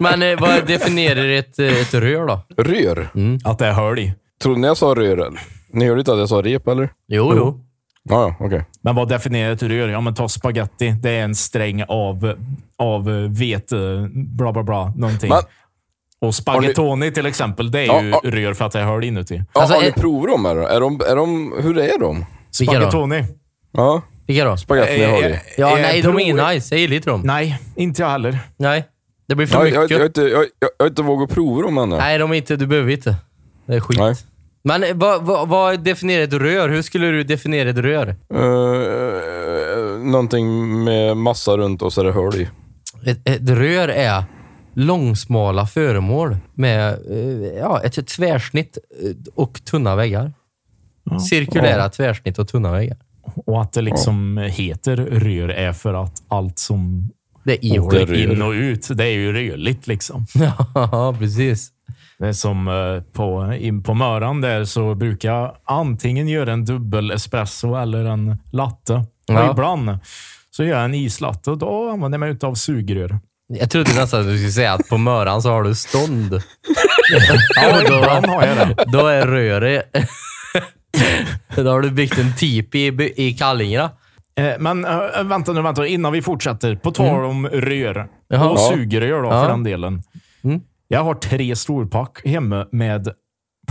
[SPEAKER 1] Men eh, vad definierar ett, eh, ett rör då?
[SPEAKER 2] Rör?
[SPEAKER 1] Mm.
[SPEAKER 3] Att det är hörd i.
[SPEAKER 2] Trodde ni jag sa rör? eller? Ni hörde inte att jag sa rep, eller?
[SPEAKER 1] Jo, jo.
[SPEAKER 2] Ja, ja, okej.
[SPEAKER 3] Men vad definierar ett rör? Ja, men ta spaghetti. Det är en sträng av, av eh, vete, bla bla bla, någonting.
[SPEAKER 2] Men-
[SPEAKER 3] och spaghettoni till exempel, det är
[SPEAKER 2] Ja,
[SPEAKER 3] ju
[SPEAKER 2] ja.
[SPEAKER 3] rör för att det är hörd inuti.
[SPEAKER 2] Ja,
[SPEAKER 1] Alltså,
[SPEAKER 2] har ni
[SPEAKER 1] är-
[SPEAKER 2] prover dem här då? Är de, är de, hur är de?
[SPEAKER 1] Vilka då?
[SPEAKER 3] Spaghettoni.
[SPEAKER 2] Ja,
[SPEAKER 1] Vilka då?
[SPEAKER 2] spagetti med
[SPEAKER 3] Eh,
[SPEAKER 2] har
[SPEAKER 3] eh,
[SPEAKER 2] i.
[SPEAKER 1] Ja,
[SPEAKER 3] eh,
[SPEAKER 1] nej, de är
[SPEAKER 3] prov-
[SPEAKER 1] inga nice. Jag gillar inte dem.
[SPEAKER 3] Nej, inte jag heller.
[SPEAKER 1] Nej, det blir för
[SPEAKER 2] Jag, jag, jag,
[SPEAKER 1] mycket.
[SPEAKER 2] har inte- jag, jag, jag har inte vågat prova dem ännu.
[SPEAKER 1] Nej, de är inte, du behöver inte. Det är skit.
[SPEAKER 2] Nej.
[SPEAKER 1] Men eh, vad, vad, vad definierar ett rör? Hur skulle du definiera ett rör?
[SPEAKER 2] Uh, någonting med massa runt och så är det hål i.
[SPEAKER 1] Ett, ett rör är långsmala föremål med eh, ja, ett tvärsnitt eh, och tunna väggar. Cirkulära tvärsnitt och tunna väggar.
[SPEAKER 3] Och att det liksom heter rör är för att allt som
[SPEAKER 1] Det är ihåligt.
[SPEAKER 3] går
[SPEAKER 2] rör.
[SPEAKER 3] in och ut, det är ju rörligt liksom.
[SPEAKER 1] Ja, precis.
[SPEAKER 3] Det är som eh, på, in på Möran där så brukar jag antingen göra en dubbel espresso eller en latte.
[SPEAKER 1] Ja.
[SPEAKER 3] Och ibland så gör jag en islatte och då använder jag mig utav sugrör.
[SPEAKER 1] Jag trodde nästan att du skulle säga att på Möran så har du stånd.
[SPEAKER 3] Ja, ibland har jag det.
[SPEAKER 1] Då är röret... Då har du byggt en tipi i, by- i Kallingra.
[SPEAKER 3] Eh, Men eh, vänta nu, vänta. Innan vi fortsätter. På tal om rör
[SPEAKER 1] Mm. Jaha.
[SPEAKER 3] och
[SPEAKER 1] Ja.
[SPEAKER 3] sugrör då,
[SPEAKER 1] Ja. Mm.
[SPEAKER 3] för den delen. Jag har tre storpack hemma med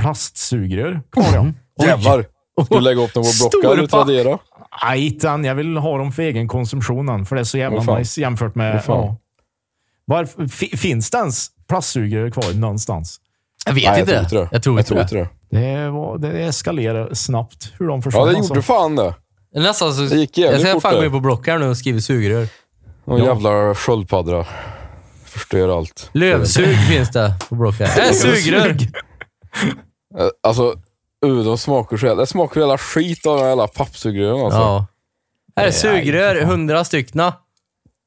[SPEAKER 3] plastsugrör kvar.
[SPEAKER 1] Mm.
[SPEAKER 3] jag.
[SPEAKER 2] Jävlar! Ska du lägga upp dem på Blocket eller
[SPEAKER 1] Storpack.
[SPEAKER 2] Tradera?
[SPEAKER 3] Nej, inte än. Jag vill ha dem för egen konsumtion, än, för det är så jävla
[SPEAKER 2] Åh, fan.
[SPEAKER 3] nice jämfört med...
[SPEAKER 2] fan.
[SPEAKER 3] ja. Varför, fi- finns det ens plastsugrör kvar någonstans?
[SPEAKER 1] Jag vet
[SPEAKER 2] Nej, jag
[SPEAKER 1] inte.
[SPEAKER 2] tror inte det.
[SPEAKER 1] Jag tror inte det.
[SPEAKER 2] det.
[SPEAKER 3] Det, var, det eskalerar snabbt hur de försvann.
[SPEAKER 2] Ja, det
[SPEAKER 3] alltså.
[SPEAKER 2] gjorde fan det.
[SPEAKER 1] Nästan så...
[SPEAKER 2] Det gick jävligt
[SPEAKER 1] alltså, jag ska
[SPEAKER 2] fort
[SPEAKER 1] fan gå
[SPEAKER 2] där.
[SPEAKER 1] in på Block här nu och skriva sugrör.
[SPEAKER 2] De jävla sköldpaddor. Förstör allt.
[SPEAKER 1] Lövsug finns det på Block här. Äh, sugrör!
[SPEAKER 2] Eh, Alltså, uh, de smakar så jävla... Det smakar jävla skit av den jävla pappsugrören alltså.
[SPEAKER 1] Ja. Här är sugrör, hundra styckna.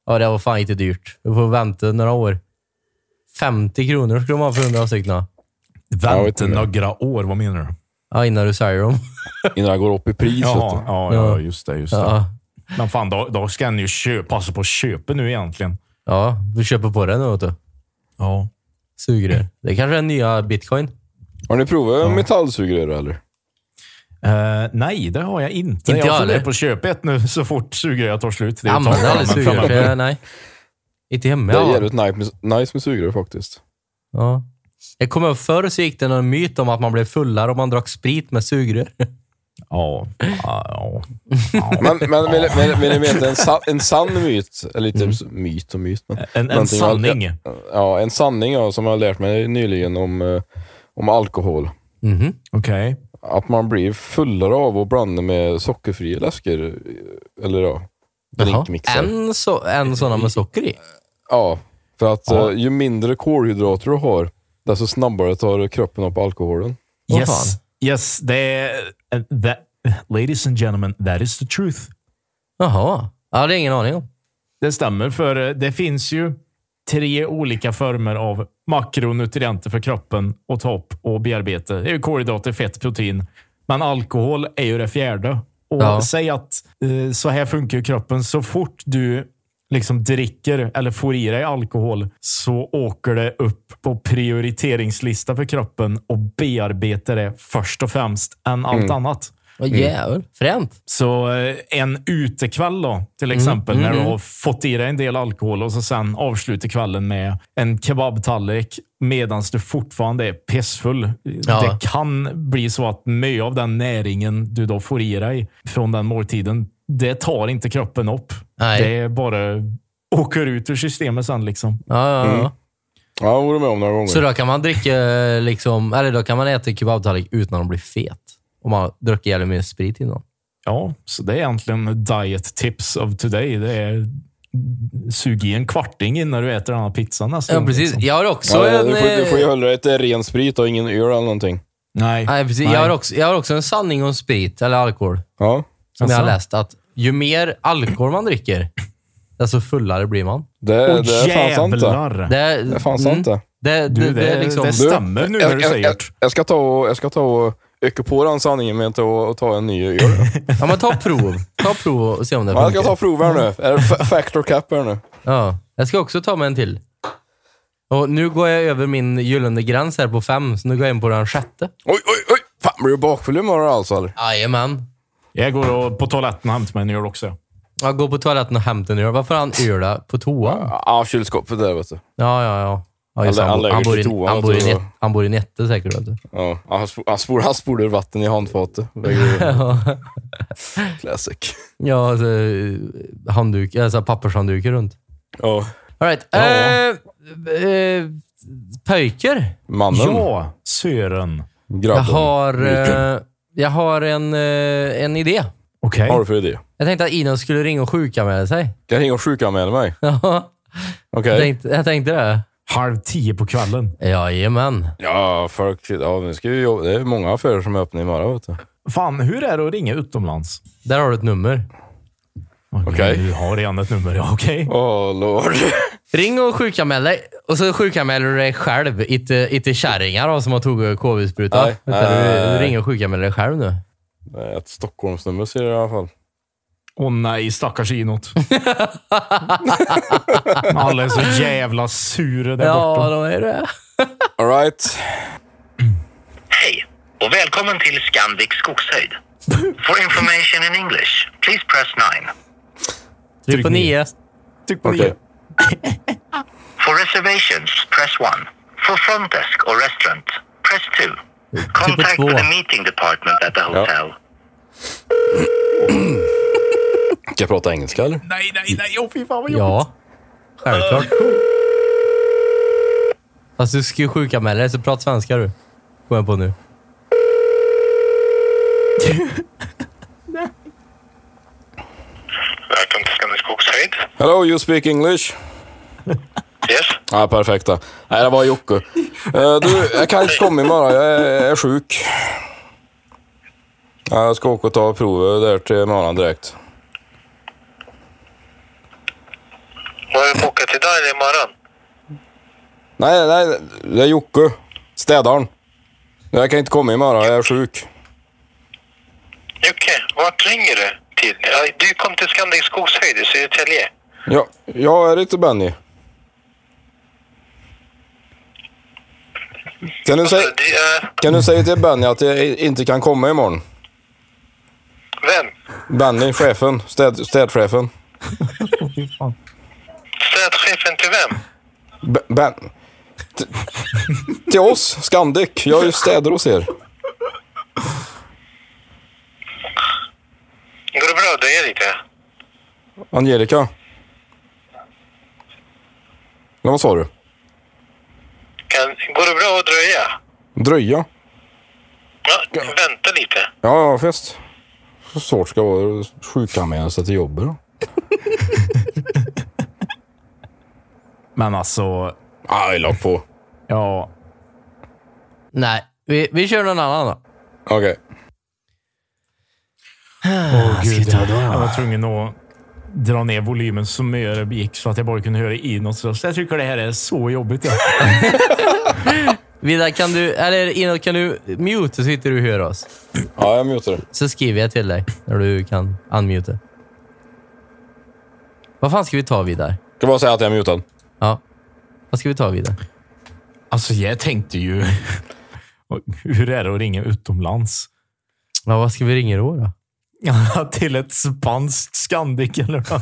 [SPEAKER 1] Ja, det var fan inte dyrt. Du får vänta några år. 50 kronor skulle de ha för hundra styckna.
[SPEAKER 2] Jag vet
[SPEAKER 3] Vänta
[SPEAKER 2] inte.
[SPEAKER 3] några år, vad menar du?
[SPEAKER 1] Ja, innan du säljer dem.
[SPEAKER 2] Innan det går upp i pris. vet
[SPEAKER 3] Jaha,
[SPEAKER 2] du.
[SPEAKER 3] ja, ja, just det. Just det.
[SPEAKER 1] Ja.
[SPEAKER 3] Men fan, då, då ska han ju köpa, passa på att köpa nu egentligen.
[SPEAKER 1] Ja, vi köper på det nu vet du.
[SPEAKER 3] Ja.
[SPEAKER 1] Sugrör. Det kanske är den nya bitcoin.
[SPEAKER 2] Har ni provat metallsugrör eller?
[SPEAKER 3] Eh, nej, det har jag
[SPEAKER 1] Inte
[SPEAKER 3] inte.
[SPEAKER 1] jag
[SPEAKER 3] jag funderar
[SPEAKER 1] heller.
[SPEAKER 3] på att köpa ett nu så fort sugröret tar slut. Det är ju
[SPEAKER 1] Använder
[SPEAKER 3] torrt,
[SPEAKER 1] aldrig
[SPEAKER 3] men
[SPEAKER 1] sugrör.
[SPEAKER 3] framöver.
[SPEAKER 1] för jag- Nej. Inte hemma.
[SPEAKER 2] Det är
[SPEAKER 1] Ja.
[SPEAKER 2] jävligt nice med, nice med sugrör faktiskt.
[SPEAKER 1] Ja. Jag kommer ihåg förr så gick det någon myt om att man blev fullare om man drack sprit med sugrör.
[SPEAKER 3] Ja. ja,
[SPEAKER 2] Men, men, men, men, men ni vet, en, sa, en sann myt, eller lite myt och myt. Men,
[SPEAKER 3] ja. Mm. En, en
[SPEAKER 2] någonting jag-
[SPEAKER 3] sanning.
[SPEAKER 2] Ja, en sanning ja, som jag har lärt mig nyligen om, eh, om alkohol.
[SPEAKER 1] Mhm.
[SPEAKER 3] Okej.
[SPEAKER 2] att man blir fullare av att blanda med sockerfria läsker. eh, Eller ja, drinkmixar.
[SPEAKER 1] En, så, en sådana med socker i?
[SPEAKER 2] Ja, för att eh, ju mindre kolhydrater du har, desto snabbare tar kroppen upp alkoholen.
[SPEAKER 1] Vad
[SPEAKER 3] Yes,
[SPEAKER 1] fan?
[SPEAKER 3] yes. Det är, eh, that, ladies and gentlemen, that is the truth.
[SPEAKER 1] Jaha. Jag hade ingen aning om.
[SPEAKER 3] Det stämmer, för eh, det finns ju tre olika former av makronutrienter för kroppen och topp och bearbete. Det är ju kolhydrater, fett, protein. Men alkohol är ju det fjärde. Och
[SPEAKER 1] Ja.
[SPEAKER 3] säg att eh, så här funkar ju kroppen. Så fort du liksom dricker eller får i dig alkohol så åker det upp på prioriteringslistan för kroppen och bearbetar det först och främst än allt
[SPEAKER 1] Mm.
[SPEAKER 3] annat.
[SPEAKER 1] Vad jävel. Fränt.
[SPEAKER 3] Så eh, en utekväll då, till
[SPEAKER 1] Mm,
[SPEAKER 3] exempel, när du har fått i dig en del alkohol och så sen avslutar kvällen med en kebabtallrik medan du fortfarande är pissfull.
[SPEAKER 1] Ja.
[SPEAKER 3] Det kan bli så att mycket av den näringen du då får i dig från den måltiden, det tar inte kroppen upp.
[SPEAKER 1] Nej.
[SPEAKER 3] Det är bara åker ut ur systemet sen. liksom.
[SPEAKER 1] Ja, ja, ja.
[SPEAKER 2] Ja, jag vore med om några gånger.
[SPEAKER 1] Så då kan man dricka, eh, liksom, eller då kan man äta kebabtallrik utan att bli fet. Om man har druckit jävligt mycket sprit innan.
[SPEAKER 3] Ja, så det är egentligen diet tips of today. Det är sug i en kvarting innan du äter den här pizzan nästa
[SPEAKER 1] Ja,
[SPEAKER 3] gång,
[SPEAKER 1] precis.
[SPEAKER 3] liksom.
[SPEAKER 1] Jag har också
[SPEAKER 2] ja,
[SPEAKER 1] en...
[SPEAKER 2] du, får, du får ju
[SPEAKER 1] eh,
[SPEAKER 2] hålla dig till ren sprit och ingen öl eller någonting.
[SPEAKER 3] Nej.
[SPEAKER 1] Nej, precis. Jag, har också, jag har också en sanning om sprit, eller alkohol,
[SPEAKER 2] Ja.
[SPEAKER 1] som jag har
[SPEAKER 3] Asså?
[SPEAKER 1] läst. Att ju mer alkohol man dricker, desto fullare blir man.
[SPEAKER 2] Det,
[SPEAKER 3] Åh,
[SPEAKER 2] Eh, det är fan sant det.
[SPEAKER 3] jävlar.
[SPEAKER 1] Det är,
[SPEAKER 2] Det är fan
[SPEAKER 1] mm,
[SPEAKER 2] sant det.
[SPEAKER 1] Det,
[SPEAKER 3] Du,
[SPEAKER 1] det,
[SPEAKER 3] det,
[SPEAKER 1] det är liksom...
[SPEAKER 3] det
[SPEAKER 2] Du,
[SPEAKER 3] stämmer nu
[SPEAKER 2] jag-
[SPEAKER 3] när du
[SPEAKER 2] jag-
[SPEAKER 3] säger
[SPEAKER 2] jag,
[SPEAKER 3] det.
[SPEAKER 2] jag ska ta och, jag ska ta och öka på den sanningen med att ta, och ta en ny öl.
[SPEAKER 1] Ja, men ta prov. Ta prov och se om det
[SPEAKER 2] Ja, jag ska
[SPEAKER 1] funkar.
[SPEAKER 2] ta prov här nu. Är det fa- factor cap här nu?
[SPEAKER 1] Ja, jag ska också ta mig en till. Och nu går jag över min gyllene gräns här på fem, så nu går jag in på den sjätte.
[SPEAKER 2] Oj, oj, oj! Fan, blir du bakfull imorgon alltså? Eller?
[SPEAKER 1] Jajamän.
[SPEAKER 3] Jag går och på toaletten och hämtar mig en öl också.
[SPEAKER 2] Mm.
[SPEAKER 1] Jag går på toaletten och hämtar en öl. Varför har han öla på toan?
[SPEAKER 2] Ja, kylskåpet där vet du.
[SPEAKER 1] Ja, ja, ja. ja just,
[SPEAKER 2] Alla-
[SPEAKER 1] han,
[SPEAKER 2] alla
[SPEAKER 1] bo-
[SPEAKER 2] öl
[SPEAKER 1] han, bor
[SPEAKER 2] på
[SPEAKER 1] i,
[SPEAKER 2] toan, alltså.
[SPEAKER 1] han, bor i,
[SPEAKER 2] tror jag.
[SPEAKER 1] net- han bor i Nette säkert. Vet du.
[SPEAKER 2] Ja, han, sp- han, spol, han spolar ur vatten i handfatet.
[SPEAKER 1] Ja.
[SPEAKER 2] Classic.
[SPEAKER 1] Ja, alltså, handduk, alltså pappershanddukar runt.
[SPEAKER 2] Ja.
[SPEAKER 1] All right.
[SPEAKER 3] Ja.
[SPEAKER 1] Eh, eh, pöjker.
[SPEAKER 2] Mannen.
[SPEAKER 3] Ja, Sören.
[SPEAKER 1] Jag
[SPEAKER 2] Grabben.
[SPEAKER 1] har, eh, jag har en, eh, en idé.
[SPEAKER 3] Okej.
[SPEAKER 2] Vad har du för idé?
[SPEAKER 1] Jag tänkte att Inon skulle ringa och sjukanmäla sig.
[SPEAKER 2] Ska jag ringa och sjukanmäla mig?
[SPEAKER 1] Ja,
[SPEAKER 2] Okej.
[SPEAKER 1] jag, tänkte, jag tänkte det.
[SPEAKER 3] Halv tio på kvällen.
[SPEAKER 1] Jajamän.
[SPEAKER 2] Ja, folk... Ja, nu ska vi jobba. Det är många affärer som är öppna imorgon vet du.
[SPEAKER 3] Fan, hur är det att ringa utomlands?
[SPEAKER 1] Där har du ett nummer.
[SPEAKER 3] Okej.
[SPEAKER 2] Okej.
[SPEAKER 3] Du har redan ett nummer, ja. Okej.
[SPEAKER 2] Åh, lord.
[SPEAKER 1] Ring och sjukanmäl dig. Och så sjukanmäler du dig själv. Inte, inte kärringar då, som har tagit KB-spruta.
[SPEAKER 2] Nej,
[SPEAKER 1] Utan
[SPEAKER 2] nej,
[SPEAKER 1] du,
[SPEAKER 2] nej,
[SPEAKER 1] du
[SPEAKER 2] nej.
[SPEAKER 1] ringer och sjukanmäler dig själv nu.
[SPEAKER 2] Det är ett Stockholmsnummer ser jag i alla fall.
[SPEAKER 3] Åh nej, stackars inåt. Alla är så jävla sura där
[SPEAKER 1] Ja,
[SPEAKER 3] borta.
[SPEAKER 1] då är det.
[SPEAKER 2] All right.
[SPEAKER 6] Hej och välkommen till Scandic Skogshöjd. For information in English, please press 9.
[SPEAKER 1] Tryck typ på
[SPEAKER 3] ner.
[SPEAKER 1] nio.
[SPEAKER 3] Tyck på
[SPEAKER 2] Okej.
[SPEAKER 3] det.
[SPEAKER 6] For reservations, press 1. For front desk or restaurant, press 2. Contact
[SPEAKER 1] två.
[SPEAKER 6] with the meeting department at the hotel.
[SPEAKER 2] Ska jag prata engelska eller?
[SPEAKER 3] Nej, nej, nej. Åh, fy fan vad jobbigt.
[SPEAKER 1] Ja, självklart. Fast du ska ju sjukanmäla dig, så prata svenska du. Kommer jag på nu.
[SPEAKER 6] Välkommen till Scandic Skogshöjd.
[SPEAKER 2] Hello, you speak English?
[SPEAKER 6] Yes.
[SPEAKER 2] Ja, perfekta. Nej, det var Jocke. Eh, du, jag kan inte komma imorgon. Jag är, jag är sjuk. Ja, Jag ska åka och ta provet där till imorgon direkt.
[SPEAKER 6] Vad har du bokat idag eller imorgon?
[SPEAKER 2] Nej, nej, det är Jocke. Städaren. Jag kan inte komma imorgon. Jag är sjuk.
[SPEAKER 6] Jocke, vart ringer du till? Ja, Du kom till Scandic Skogshöjd i Södertälje.
[SPEAKER 2] Ja, jag är inte Benny. Kan du, säga,
[SPEAKER 6] Du, eh,
[SPEAKER 2] kan du säga till Benny att jag i- inte kan komma imorgon?
[SPEAKER 6] vem?
[SPEAKER 2] Benny, chefen. Städ, städchefen.
[SPEAKER 6] Städchefen till vem?
[SPEAKER 2] B- Ben... T- till oss, Scandic. Jag är ju städer hos er.
[SPEAKER 6] Går det bra att dröja lite?
[SPEAKER 2] Angelica. Ja, vad sa du?
[SPEAKER 6] Kan, går det bra att dröja?
[SPEAKER 2] Dröja?
[SPEAKER 6] Ja, vänta lite.
[SPEAKER 2] Ja, ja, fest. Så svårt ska det vara att sjukanmäla sig till jobbet då.
[SPEAKER 3] Men alltså,
[SPEAKER 2] Aj, Ah, la på.
[SPEAKER 3] ja.
[SPEAKER 1] Nej, vi, vi kör någon annan då.
[SPEAKER 2] Okej.
[SPEAKER 3] Oh, Gud, jag var tvungen att dra ner volymen så mycket det gick så att jag bara kunde höra inåt. Så jag tycker det här är så jobbigt. Ja.
[SPEAKER 1] Vidar, kan du, eller Inåt, kan du mute så inte du hör oss?
[SPEAKER 2] Ja, jag mutar det.
[SPEAKER 1] Så skriver jag till dig när du kan unmute. Vad fan ska vi ta Vidar?
[SPEAKER 2] Ska bara säga att jag är mutad.
[SPEAKER 1] Ja. Vad ska vi ta Vidar?
[SPEAKER 3] Alltså, jag tänkte ju... Hur är det att ringa utomlands?
[SPEAKER 1] Ja, vad ska vi ringa då? då?
[SPEAKER 3] Till ett spanskt Scandic eller vad?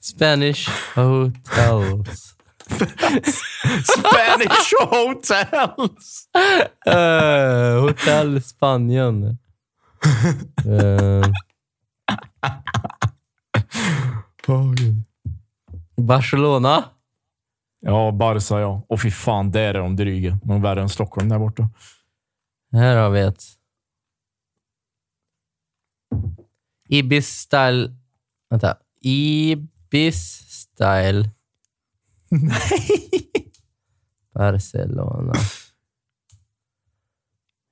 [SPEAKER 1] Spanish hotels.
[SPEAKER 3] Spanish hotels!
[SPEAKER 1] Eh, Hotell Spanien. Eh, Barcelona.
[SPEAKER 3] Ja, Barca ja. Och fy fan, där är de dryga. De är värre än Stockholm där borta.
[SPEAKER 1] Här har vi ett. Ibis style... Vänta. Ibis style... Nej! Barcelona.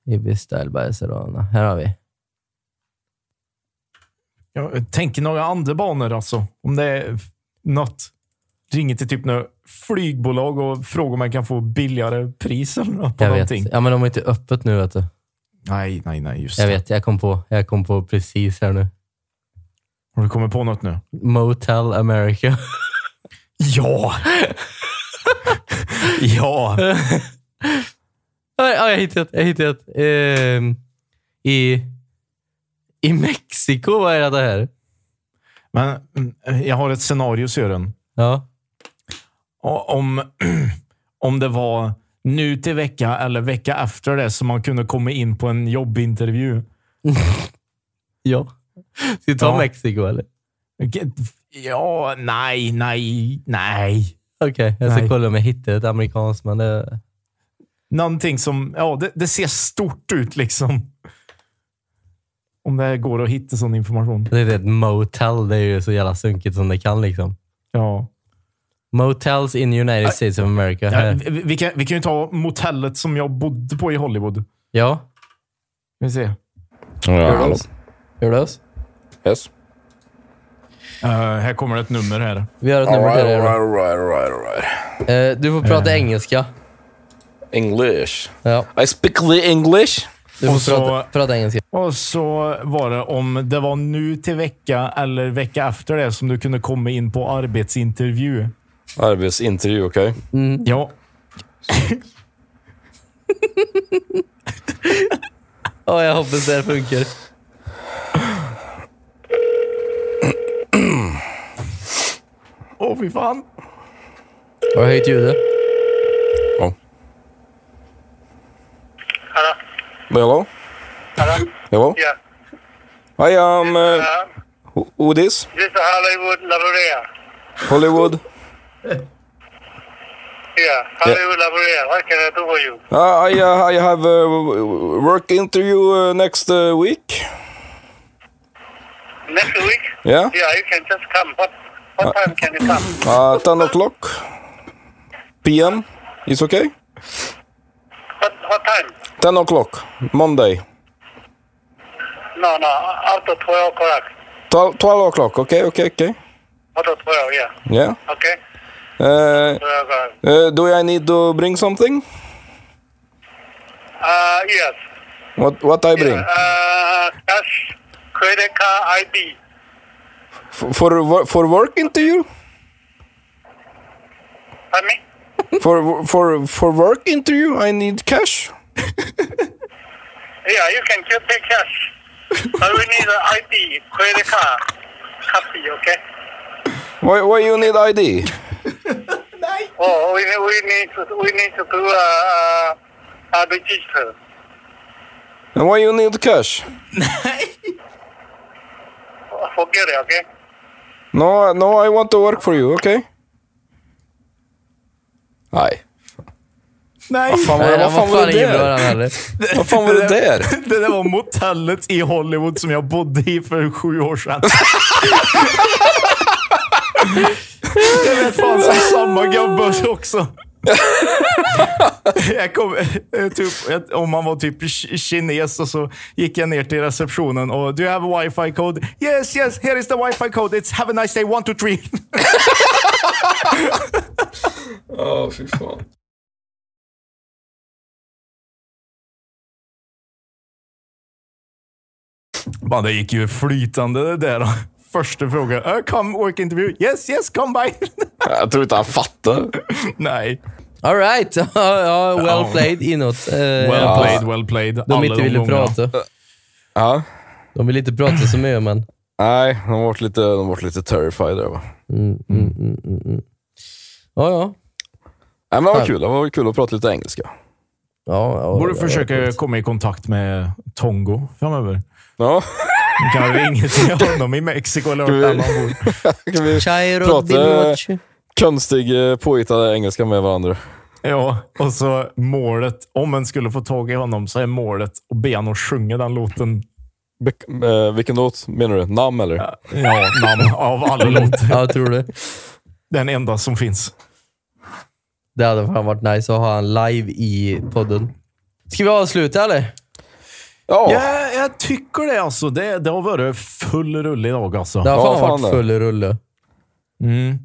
[SPEAKER 1] Ibis style Barcelona. Här har vi.
[SPEAKER 3] Jag tänker några andra banor alltså. Om det är något. Ringer till typ några flygbolag och frågar om man kan få billigare pris eller något på
[SPEAKER 1] Jag
[SPEAKER 3] någonting.
[SPEAKER 1] vet. Ja, men de är inte öppet nu, vet du.
[SPEAKER 3] Nej, nej, nej. Just
[SPEAKER 1] Jag
[SPEAKER 3] det.
[SPEAKER 1] vet. Jag kom på, jag kom på precis här nu.
[SPEAKER 3] Har du kommit på något nu?
[SPEAKER 1] Motel America.
[SPEAKER 3] Ja! ja!
[SPEAKER 1] Ja, ja, jag hittade ett. Jag hittade ett. Ehm, i, I Mexiko, vad är det här?
[SPEAKER 3] Men mm, jag har ett scenario, Sören.
[SPEAKER 1] Ja.
[SPEAKER 3] Och Om, om det var nu till vecka eller vecka efter det som man kunde komma in på en jobbintervju.
[SPEAKER 1] Ja. Ska vi ta
[SPEAKER 3] Ja.
[SPEAKER 1] Mexiko eller?
[SPEAKER 3] Ja, nej, nej, nej.
[SPEAKER 1] Okej, jag ska
[SPEAKER 3] Nej.
[SPEAKER 1] kolla om jag hittar ett amerikanskt, men det...
[SPEAKER 3] Någonting som, ja, det, det ser stort ut liksom. Om det här går att hitta sån information.
[SPEAKER 1] Det är ett motel. Det är ju så jävla sunkigt som det kan liksom.
[SPEAKER 3] Ja.
[SPEAKER 1] Motels in United States of America.
[SPEAKER 3] Ja,
[SPEAKER 1] Här.
[SPEAKER 3] vi, vi, kan, vi kan ju ta motellet som jag bodde på i Hollywood.
[SPEAKER 1] Ja.
[SPEAKER 3] Vi se.
[SPEAKER 2] Ja, hallå.
[SPEAKER 1] Hör du oss?
[SPEAKER 2] Yes.
[SPEAKER 3] Eh, här kommer ett nummer här.
[SPEAKER 1] Vi har ett nummer
[SPEAKER 2] Alright,
[SPEAKER 1] till dig.
[SPEAKER 2] alright,
[SPEAKER 1] då.
[SPEAKER 2] alright, alright, alright.
[SPEAKER 1] Eh, Du får prata engelska.
[SPEAKER 2] English.
[SPEAKER 1] Ja,
[SPEAKER 2] I speak the English.
[SPEAKER 1] du får
[SPEAKER 3] Och så-
[SPEAKER 1] prata, prata engelska.
[SPEAKER 3] Och så var det om det var nu till vecka eller vecka efter det som du kunde komma in på arbetsintervju.
[SPEAKER 2] Arbetsintervju, okej?
[SPEAKER 3] Ja.
[SPEAKER 1] Ja, jag hoppas det här funkar.
[SPEAKER 3] Åh, fy fan.
[SPEAKER 1] Har du höjt ljudet?
[SPEAKER 2] Ja.
[SPEAKER 6] Hello?
[SPEAKER 2] Hello?
[SPEAKER 6] Hello?
[SPEAKER 2] Hello?
[SPEAKER 6] Yeah.
[SPEAKER 2] Hi, um, uh,
[SPEAKER 6] Uh,
[SPEAKER 2] who, who this?
[SPEAKER 6] this is Hollywood La Brea.
[SPEAKER 2] Hollywood?
[SPEAKER 6] Yeah, Hollywood La Brea. What can I do for you?
[SPEAKER 2] Uh, I, uh, I have a work interview uh, next uh, week.
[SPEAKER 6] Next week?
[SPEAKER 2] Yeah?
[SPEAKER 6] Yeah, you can just come. What what time can you come?
[SPEAKER 2] Uh, 10 o'clock p.m. It's okay?
[SPEAKER 6] What what time?
[SPEAKER 2] 10 o'clock, Monday.
[SPEAKER 6] No, no, after twelve o'clock.
[SPEAKER 2] 12, 12 o'clock, okay, okay, okay.
[SPEAKER 6] After twelve, yeah.
[SPEAKER 2] Yeah.
[SPEAKER 6] Okay.
[SPEAKER 2] Uh,
[SPEAKER 6] Twelve o'clock.
[SPEAKER 2] uh, do I need to bring something?
[SPEAKER 6] Uh, yes.
[SPEAKER 2] What what I bring?
[SPEAKER 6] Uh, cash, credit card, ID.
[SPEAKER 2] F- For wo- for work interview?
[SPEAKER 6] Pardon me?
[SPEAKER 2] For wo- for for work interview, I need cash.
[SPEAKER 6] Yeah, you can just take cash. but we need an ID, credit card, copy, okay?
[SPEAKER 2] Why why you need ID?
[SPEAKER 6] Oh, we need, we need to we need to do a, a, a register.
[SPEAKER 2] And why you need cash?
[SPEAKER 6] Forget it, okay?
[SPEAKER 2] No no, I want to work for you. Okay. Aye.
[SPEAKER 3] Nej!
[SPEAKER 2] Vad fan var
[SPEAKER 1] Nej,
[SPEAKER 2] det,
[SPEAKER 1] den var
[SPEAKER 2] vad fan var
[SPEAKER 1] fan
[SPEAKER 2] det
[SPEAKER 1] ingen bra den
[SPEAKER 2] där?
[SPEAKER 1] heller.
[SPEAKER 2] Vad fan var det där?
[SPEAKER 3] Det där var motellet i Hollywood som jag bodde i för sju år sedan. Det lät fan som samma gubbe också. Jag kom, eh, typ, jag- om man var typ ki- kines och så gick jag ner till receptionen och “Do you have a wifi code?” “Yes, yes, here is the wifi code. It's have a nice day, one, two, three.”
[SPEAKER 2] Ja, fy fan.
[SPEAKER 3] Man, det gick ju flytande det där. Första frågan. “Uh, “Come work interview?” “Yes, yes, come by.”
[SPEAKER 2] Jag tror inte han fattar.
[SPEAKER 3] Nej.
[SPEAKER 1] All right. Ja, ja, well
[SPEAKER 3] Ja.
[SPEAKER 1] played inåt. Eh,
[SPEAKER 3] Well
[SPEAKER 1] ja.
[SPEAKER 3] played, well played.
[SPEAKER 1] De
[SPEAKER 3] Alla
[SPEAKER 1] inte ville
[SPEAKER 3] omgångarna.
[SPEAKER 1] prata.
[SPEAKER 2] Ja.
[SPEAKER 1] De ville inte prata så mycket, men...
[SPEAKER 2] Nej, de vart lite, de vart lite terrified där va.
[SPEAKER 1] Ja, ja.
[SPEAKER 2] Nej, men det var kul. Det var kul att prata lite engelska.
[SPEAKER 1] ja, ja
[SPEAKER 3] Borde
[SPEAKER 1] ja,
[SPEAKER 3] försöka
[SPEAKER 1] ja.
[SPEAKER 3] komma i kontakt med Tongo framöver.
[SPEAKER 2] Ja,
[SPEAKER 3] Kan vi ringa till honom i Mexiko eller vart där man bor.
[SPEAKER 2] kan vi
[SPEAKER 1] Chairo
[SPEAKER 2] Prata-
[SPEAKER 1] Dinoche.
[SPEAKER 2] konstig eh, påhittad engelska med varandra.
[SPEAKER 3] Ja, och så målet. Om en skulle få tag i honom så är målet att be honom sjunga den låten.
[SPEAKER 2] Be- eh, vilken låt menar du? Namn eller?
[SPEAKER 3] Ja, namn av alla låtar.
[SPEAKER 1] Ja, jag tror det.
[SPEAKER 3] Den enda som finns.
[SPEAKER 1] Det hade fan varit nice att ha han live i podden. Ska vi avsluta eller?
[SPEAKER 2] Ja,
[SPEAKER 3] Ja, jag tycker det alltså. Det, det har varit full rulle idag alltså.
[SPEAKER 1] Det har
[SPEAKER 2] Ja,
[SPEAKER 1] fan,
[SPEAKER 2] fan
[SPEAKER 1] varit
[SPEAKER 2] det.
[SPEAKER 1] full rulle.
[SPEAKER 3] Mm.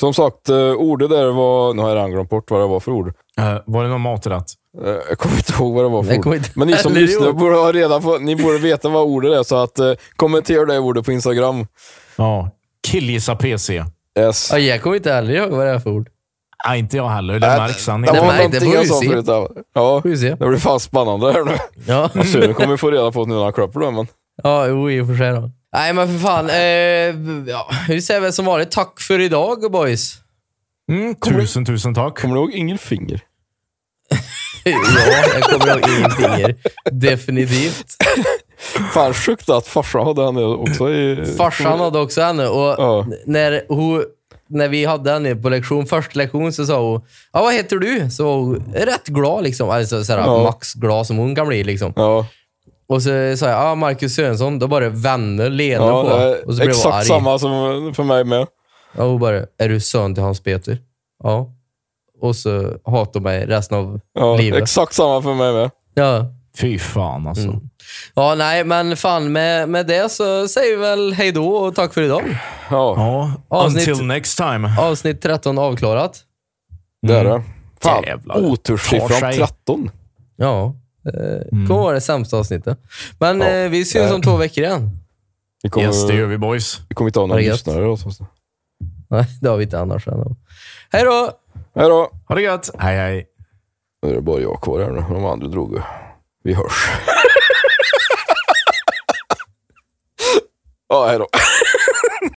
[SPEAKER 2] som sagt, eh, ordet där var... Nu har jag redan glömt bort vad det var för ord.
[SPEAKER 3] Eh, var det någon maträtt?
[SPEAKER 2] Eh, Jag kommer inte ihåg vad det var för
[SPEAKER 1] Jag kommer
[SPEAKER 2] ord.
[SPEAKER 1] inte-
[SPEAKER 2] Men ni som
[SPEAKER 1] Eller
[SPEAKER 2] lyssnar
[SPEAKER 1] jo.
[SPEAKER 2] borde ha reda på, ni borde veta vad ordet är, så att eh, kommentera det ordet på Instagram.
[SPEAKER 3] Ja. Killgissa PC.
[SPEAKER 2] Yes.
[SPEAKER 1] Ja, jag kommer inte heller ihåg vad det är för ord.
[SPEAKER 3] Nej, inte jag heller. Det
[SPEAKER 2] Äh,
[SPEAKER 3] märks han
[SPEAKER 2] det
[SPEAKER 1] Nej,
[SPEAKER 2] var
[SPEAKER 1] men det
[SPEAKER 2] någonting
[SPEAKER 1] får
[SPEAKER 2] jag
[SPEAKER 1] vi
[SPEAKER 2] sa
[SPEAKER 1] se.
[SPEAKER 2] förut. där. Ja,
[SPEAKER 1] Får vi se.
[SPEAKER 2] det blir fan spännande här nu.
[SPEAKER 1] Ja,
[SPEAKER 2] Alltså, nu kommer vi få reda på att nu när han klapper då, men...
[SPEAKER 1] ja jo, i och för sig då. Nej, men för fan. Eh, ja, vi säger väl som vanligt tack för idag, boys.
[SPEAKER 3] Mm, tusen, tusen tack.
[SPEAKER 2] Kommer du ihåg ingen finger?
[SPEAKER 1] Ja, jag kommer ihåg ingenting. Definitivt.
[SPEAKER 2] Fan, sjukt att farsan hade henne också i...
[SPEAKER 1] Farsan hade också henne och
[SPEAKER 2] Ja.
[SPEAKER 1] n- när, hon, när vi hade henne på lektion, första lektion så sa hon ja, vad heter du? Så var hon rätt glad, liksom. alltså, såhär,
[SPEAKER 2] Ja.
[SPEAKER 1] max glad som hon kan bli. Liksom.
[SPEAKER 2] Ja,
[SPEAKER 1] Och så sa jag ah, Marcus Sörensson, då bara vänner leende
[SPEAKER 2] ja
[SPEAKER 1] på.
[SPEAKER 2] det är
[SPEAKER 1] Och så blev hon
[SPEAKER 2] exakt
[SPEAKER 1] arg.
[SPEAKER 2] samma som för mig med.
[SPEAKER 1] Ja, hon bara, är du son till Hans Peter? Ja. Och så hatar hon mig resten av
[SPEAKER 2] Ja,
[SPEAKER 1] livet.
[SPEAKER 2] exakt samma för mig med.
[SPEAKER 1] ja.
[SPEAKER 3] Fy fan alltså.
[SPEAKER 1] ja, nej, men fan med, med det så säger vi väl hej då och tack för idag.
[SPEAKER 2] Ja,
[SPEAKER 3] Ja,
[SPEAKER 1] Avsnitt-
[SPEAKER 3] until next time.
[SPEAKER 1] Avsnitt 13 avklarat. Mm.
[SPEAKER 2] det är det. Fan,
[SPEAKER 3] Mm. Jävlar. Tar
[SPEAKER 2] oturssiffran
[SPEAKER 3] sig.
[SPEAKER 2] 13.
[SPEAKER 1] Ja. Eh, kommer vara det sämsta avsnittet. Men
[SPEAKER 2] Mm. Ja.
[SPEAKER 1] eh, vi syns om två veckor igen.
[SPEAKER 2] Vi kommer,
[SPEAKER 3] Yes, det gör vi boys.
[SPEAKER 2] vi kommer inte ha några
[SPEAKER 1] Ha det gött.
[SPEAKER 2] lyssnare. alltså.
[SPEAKER 1] Nej, det har vi inte annars än. Hej då!
[SPEAKER 2] Hej då!
[SPEAKER 3] Ha det gött. Hej, hej.
[SPEAKER 2] Nu är det bara jag kvar här nu. De andra drog ju. Vi hörs. ja, hej då.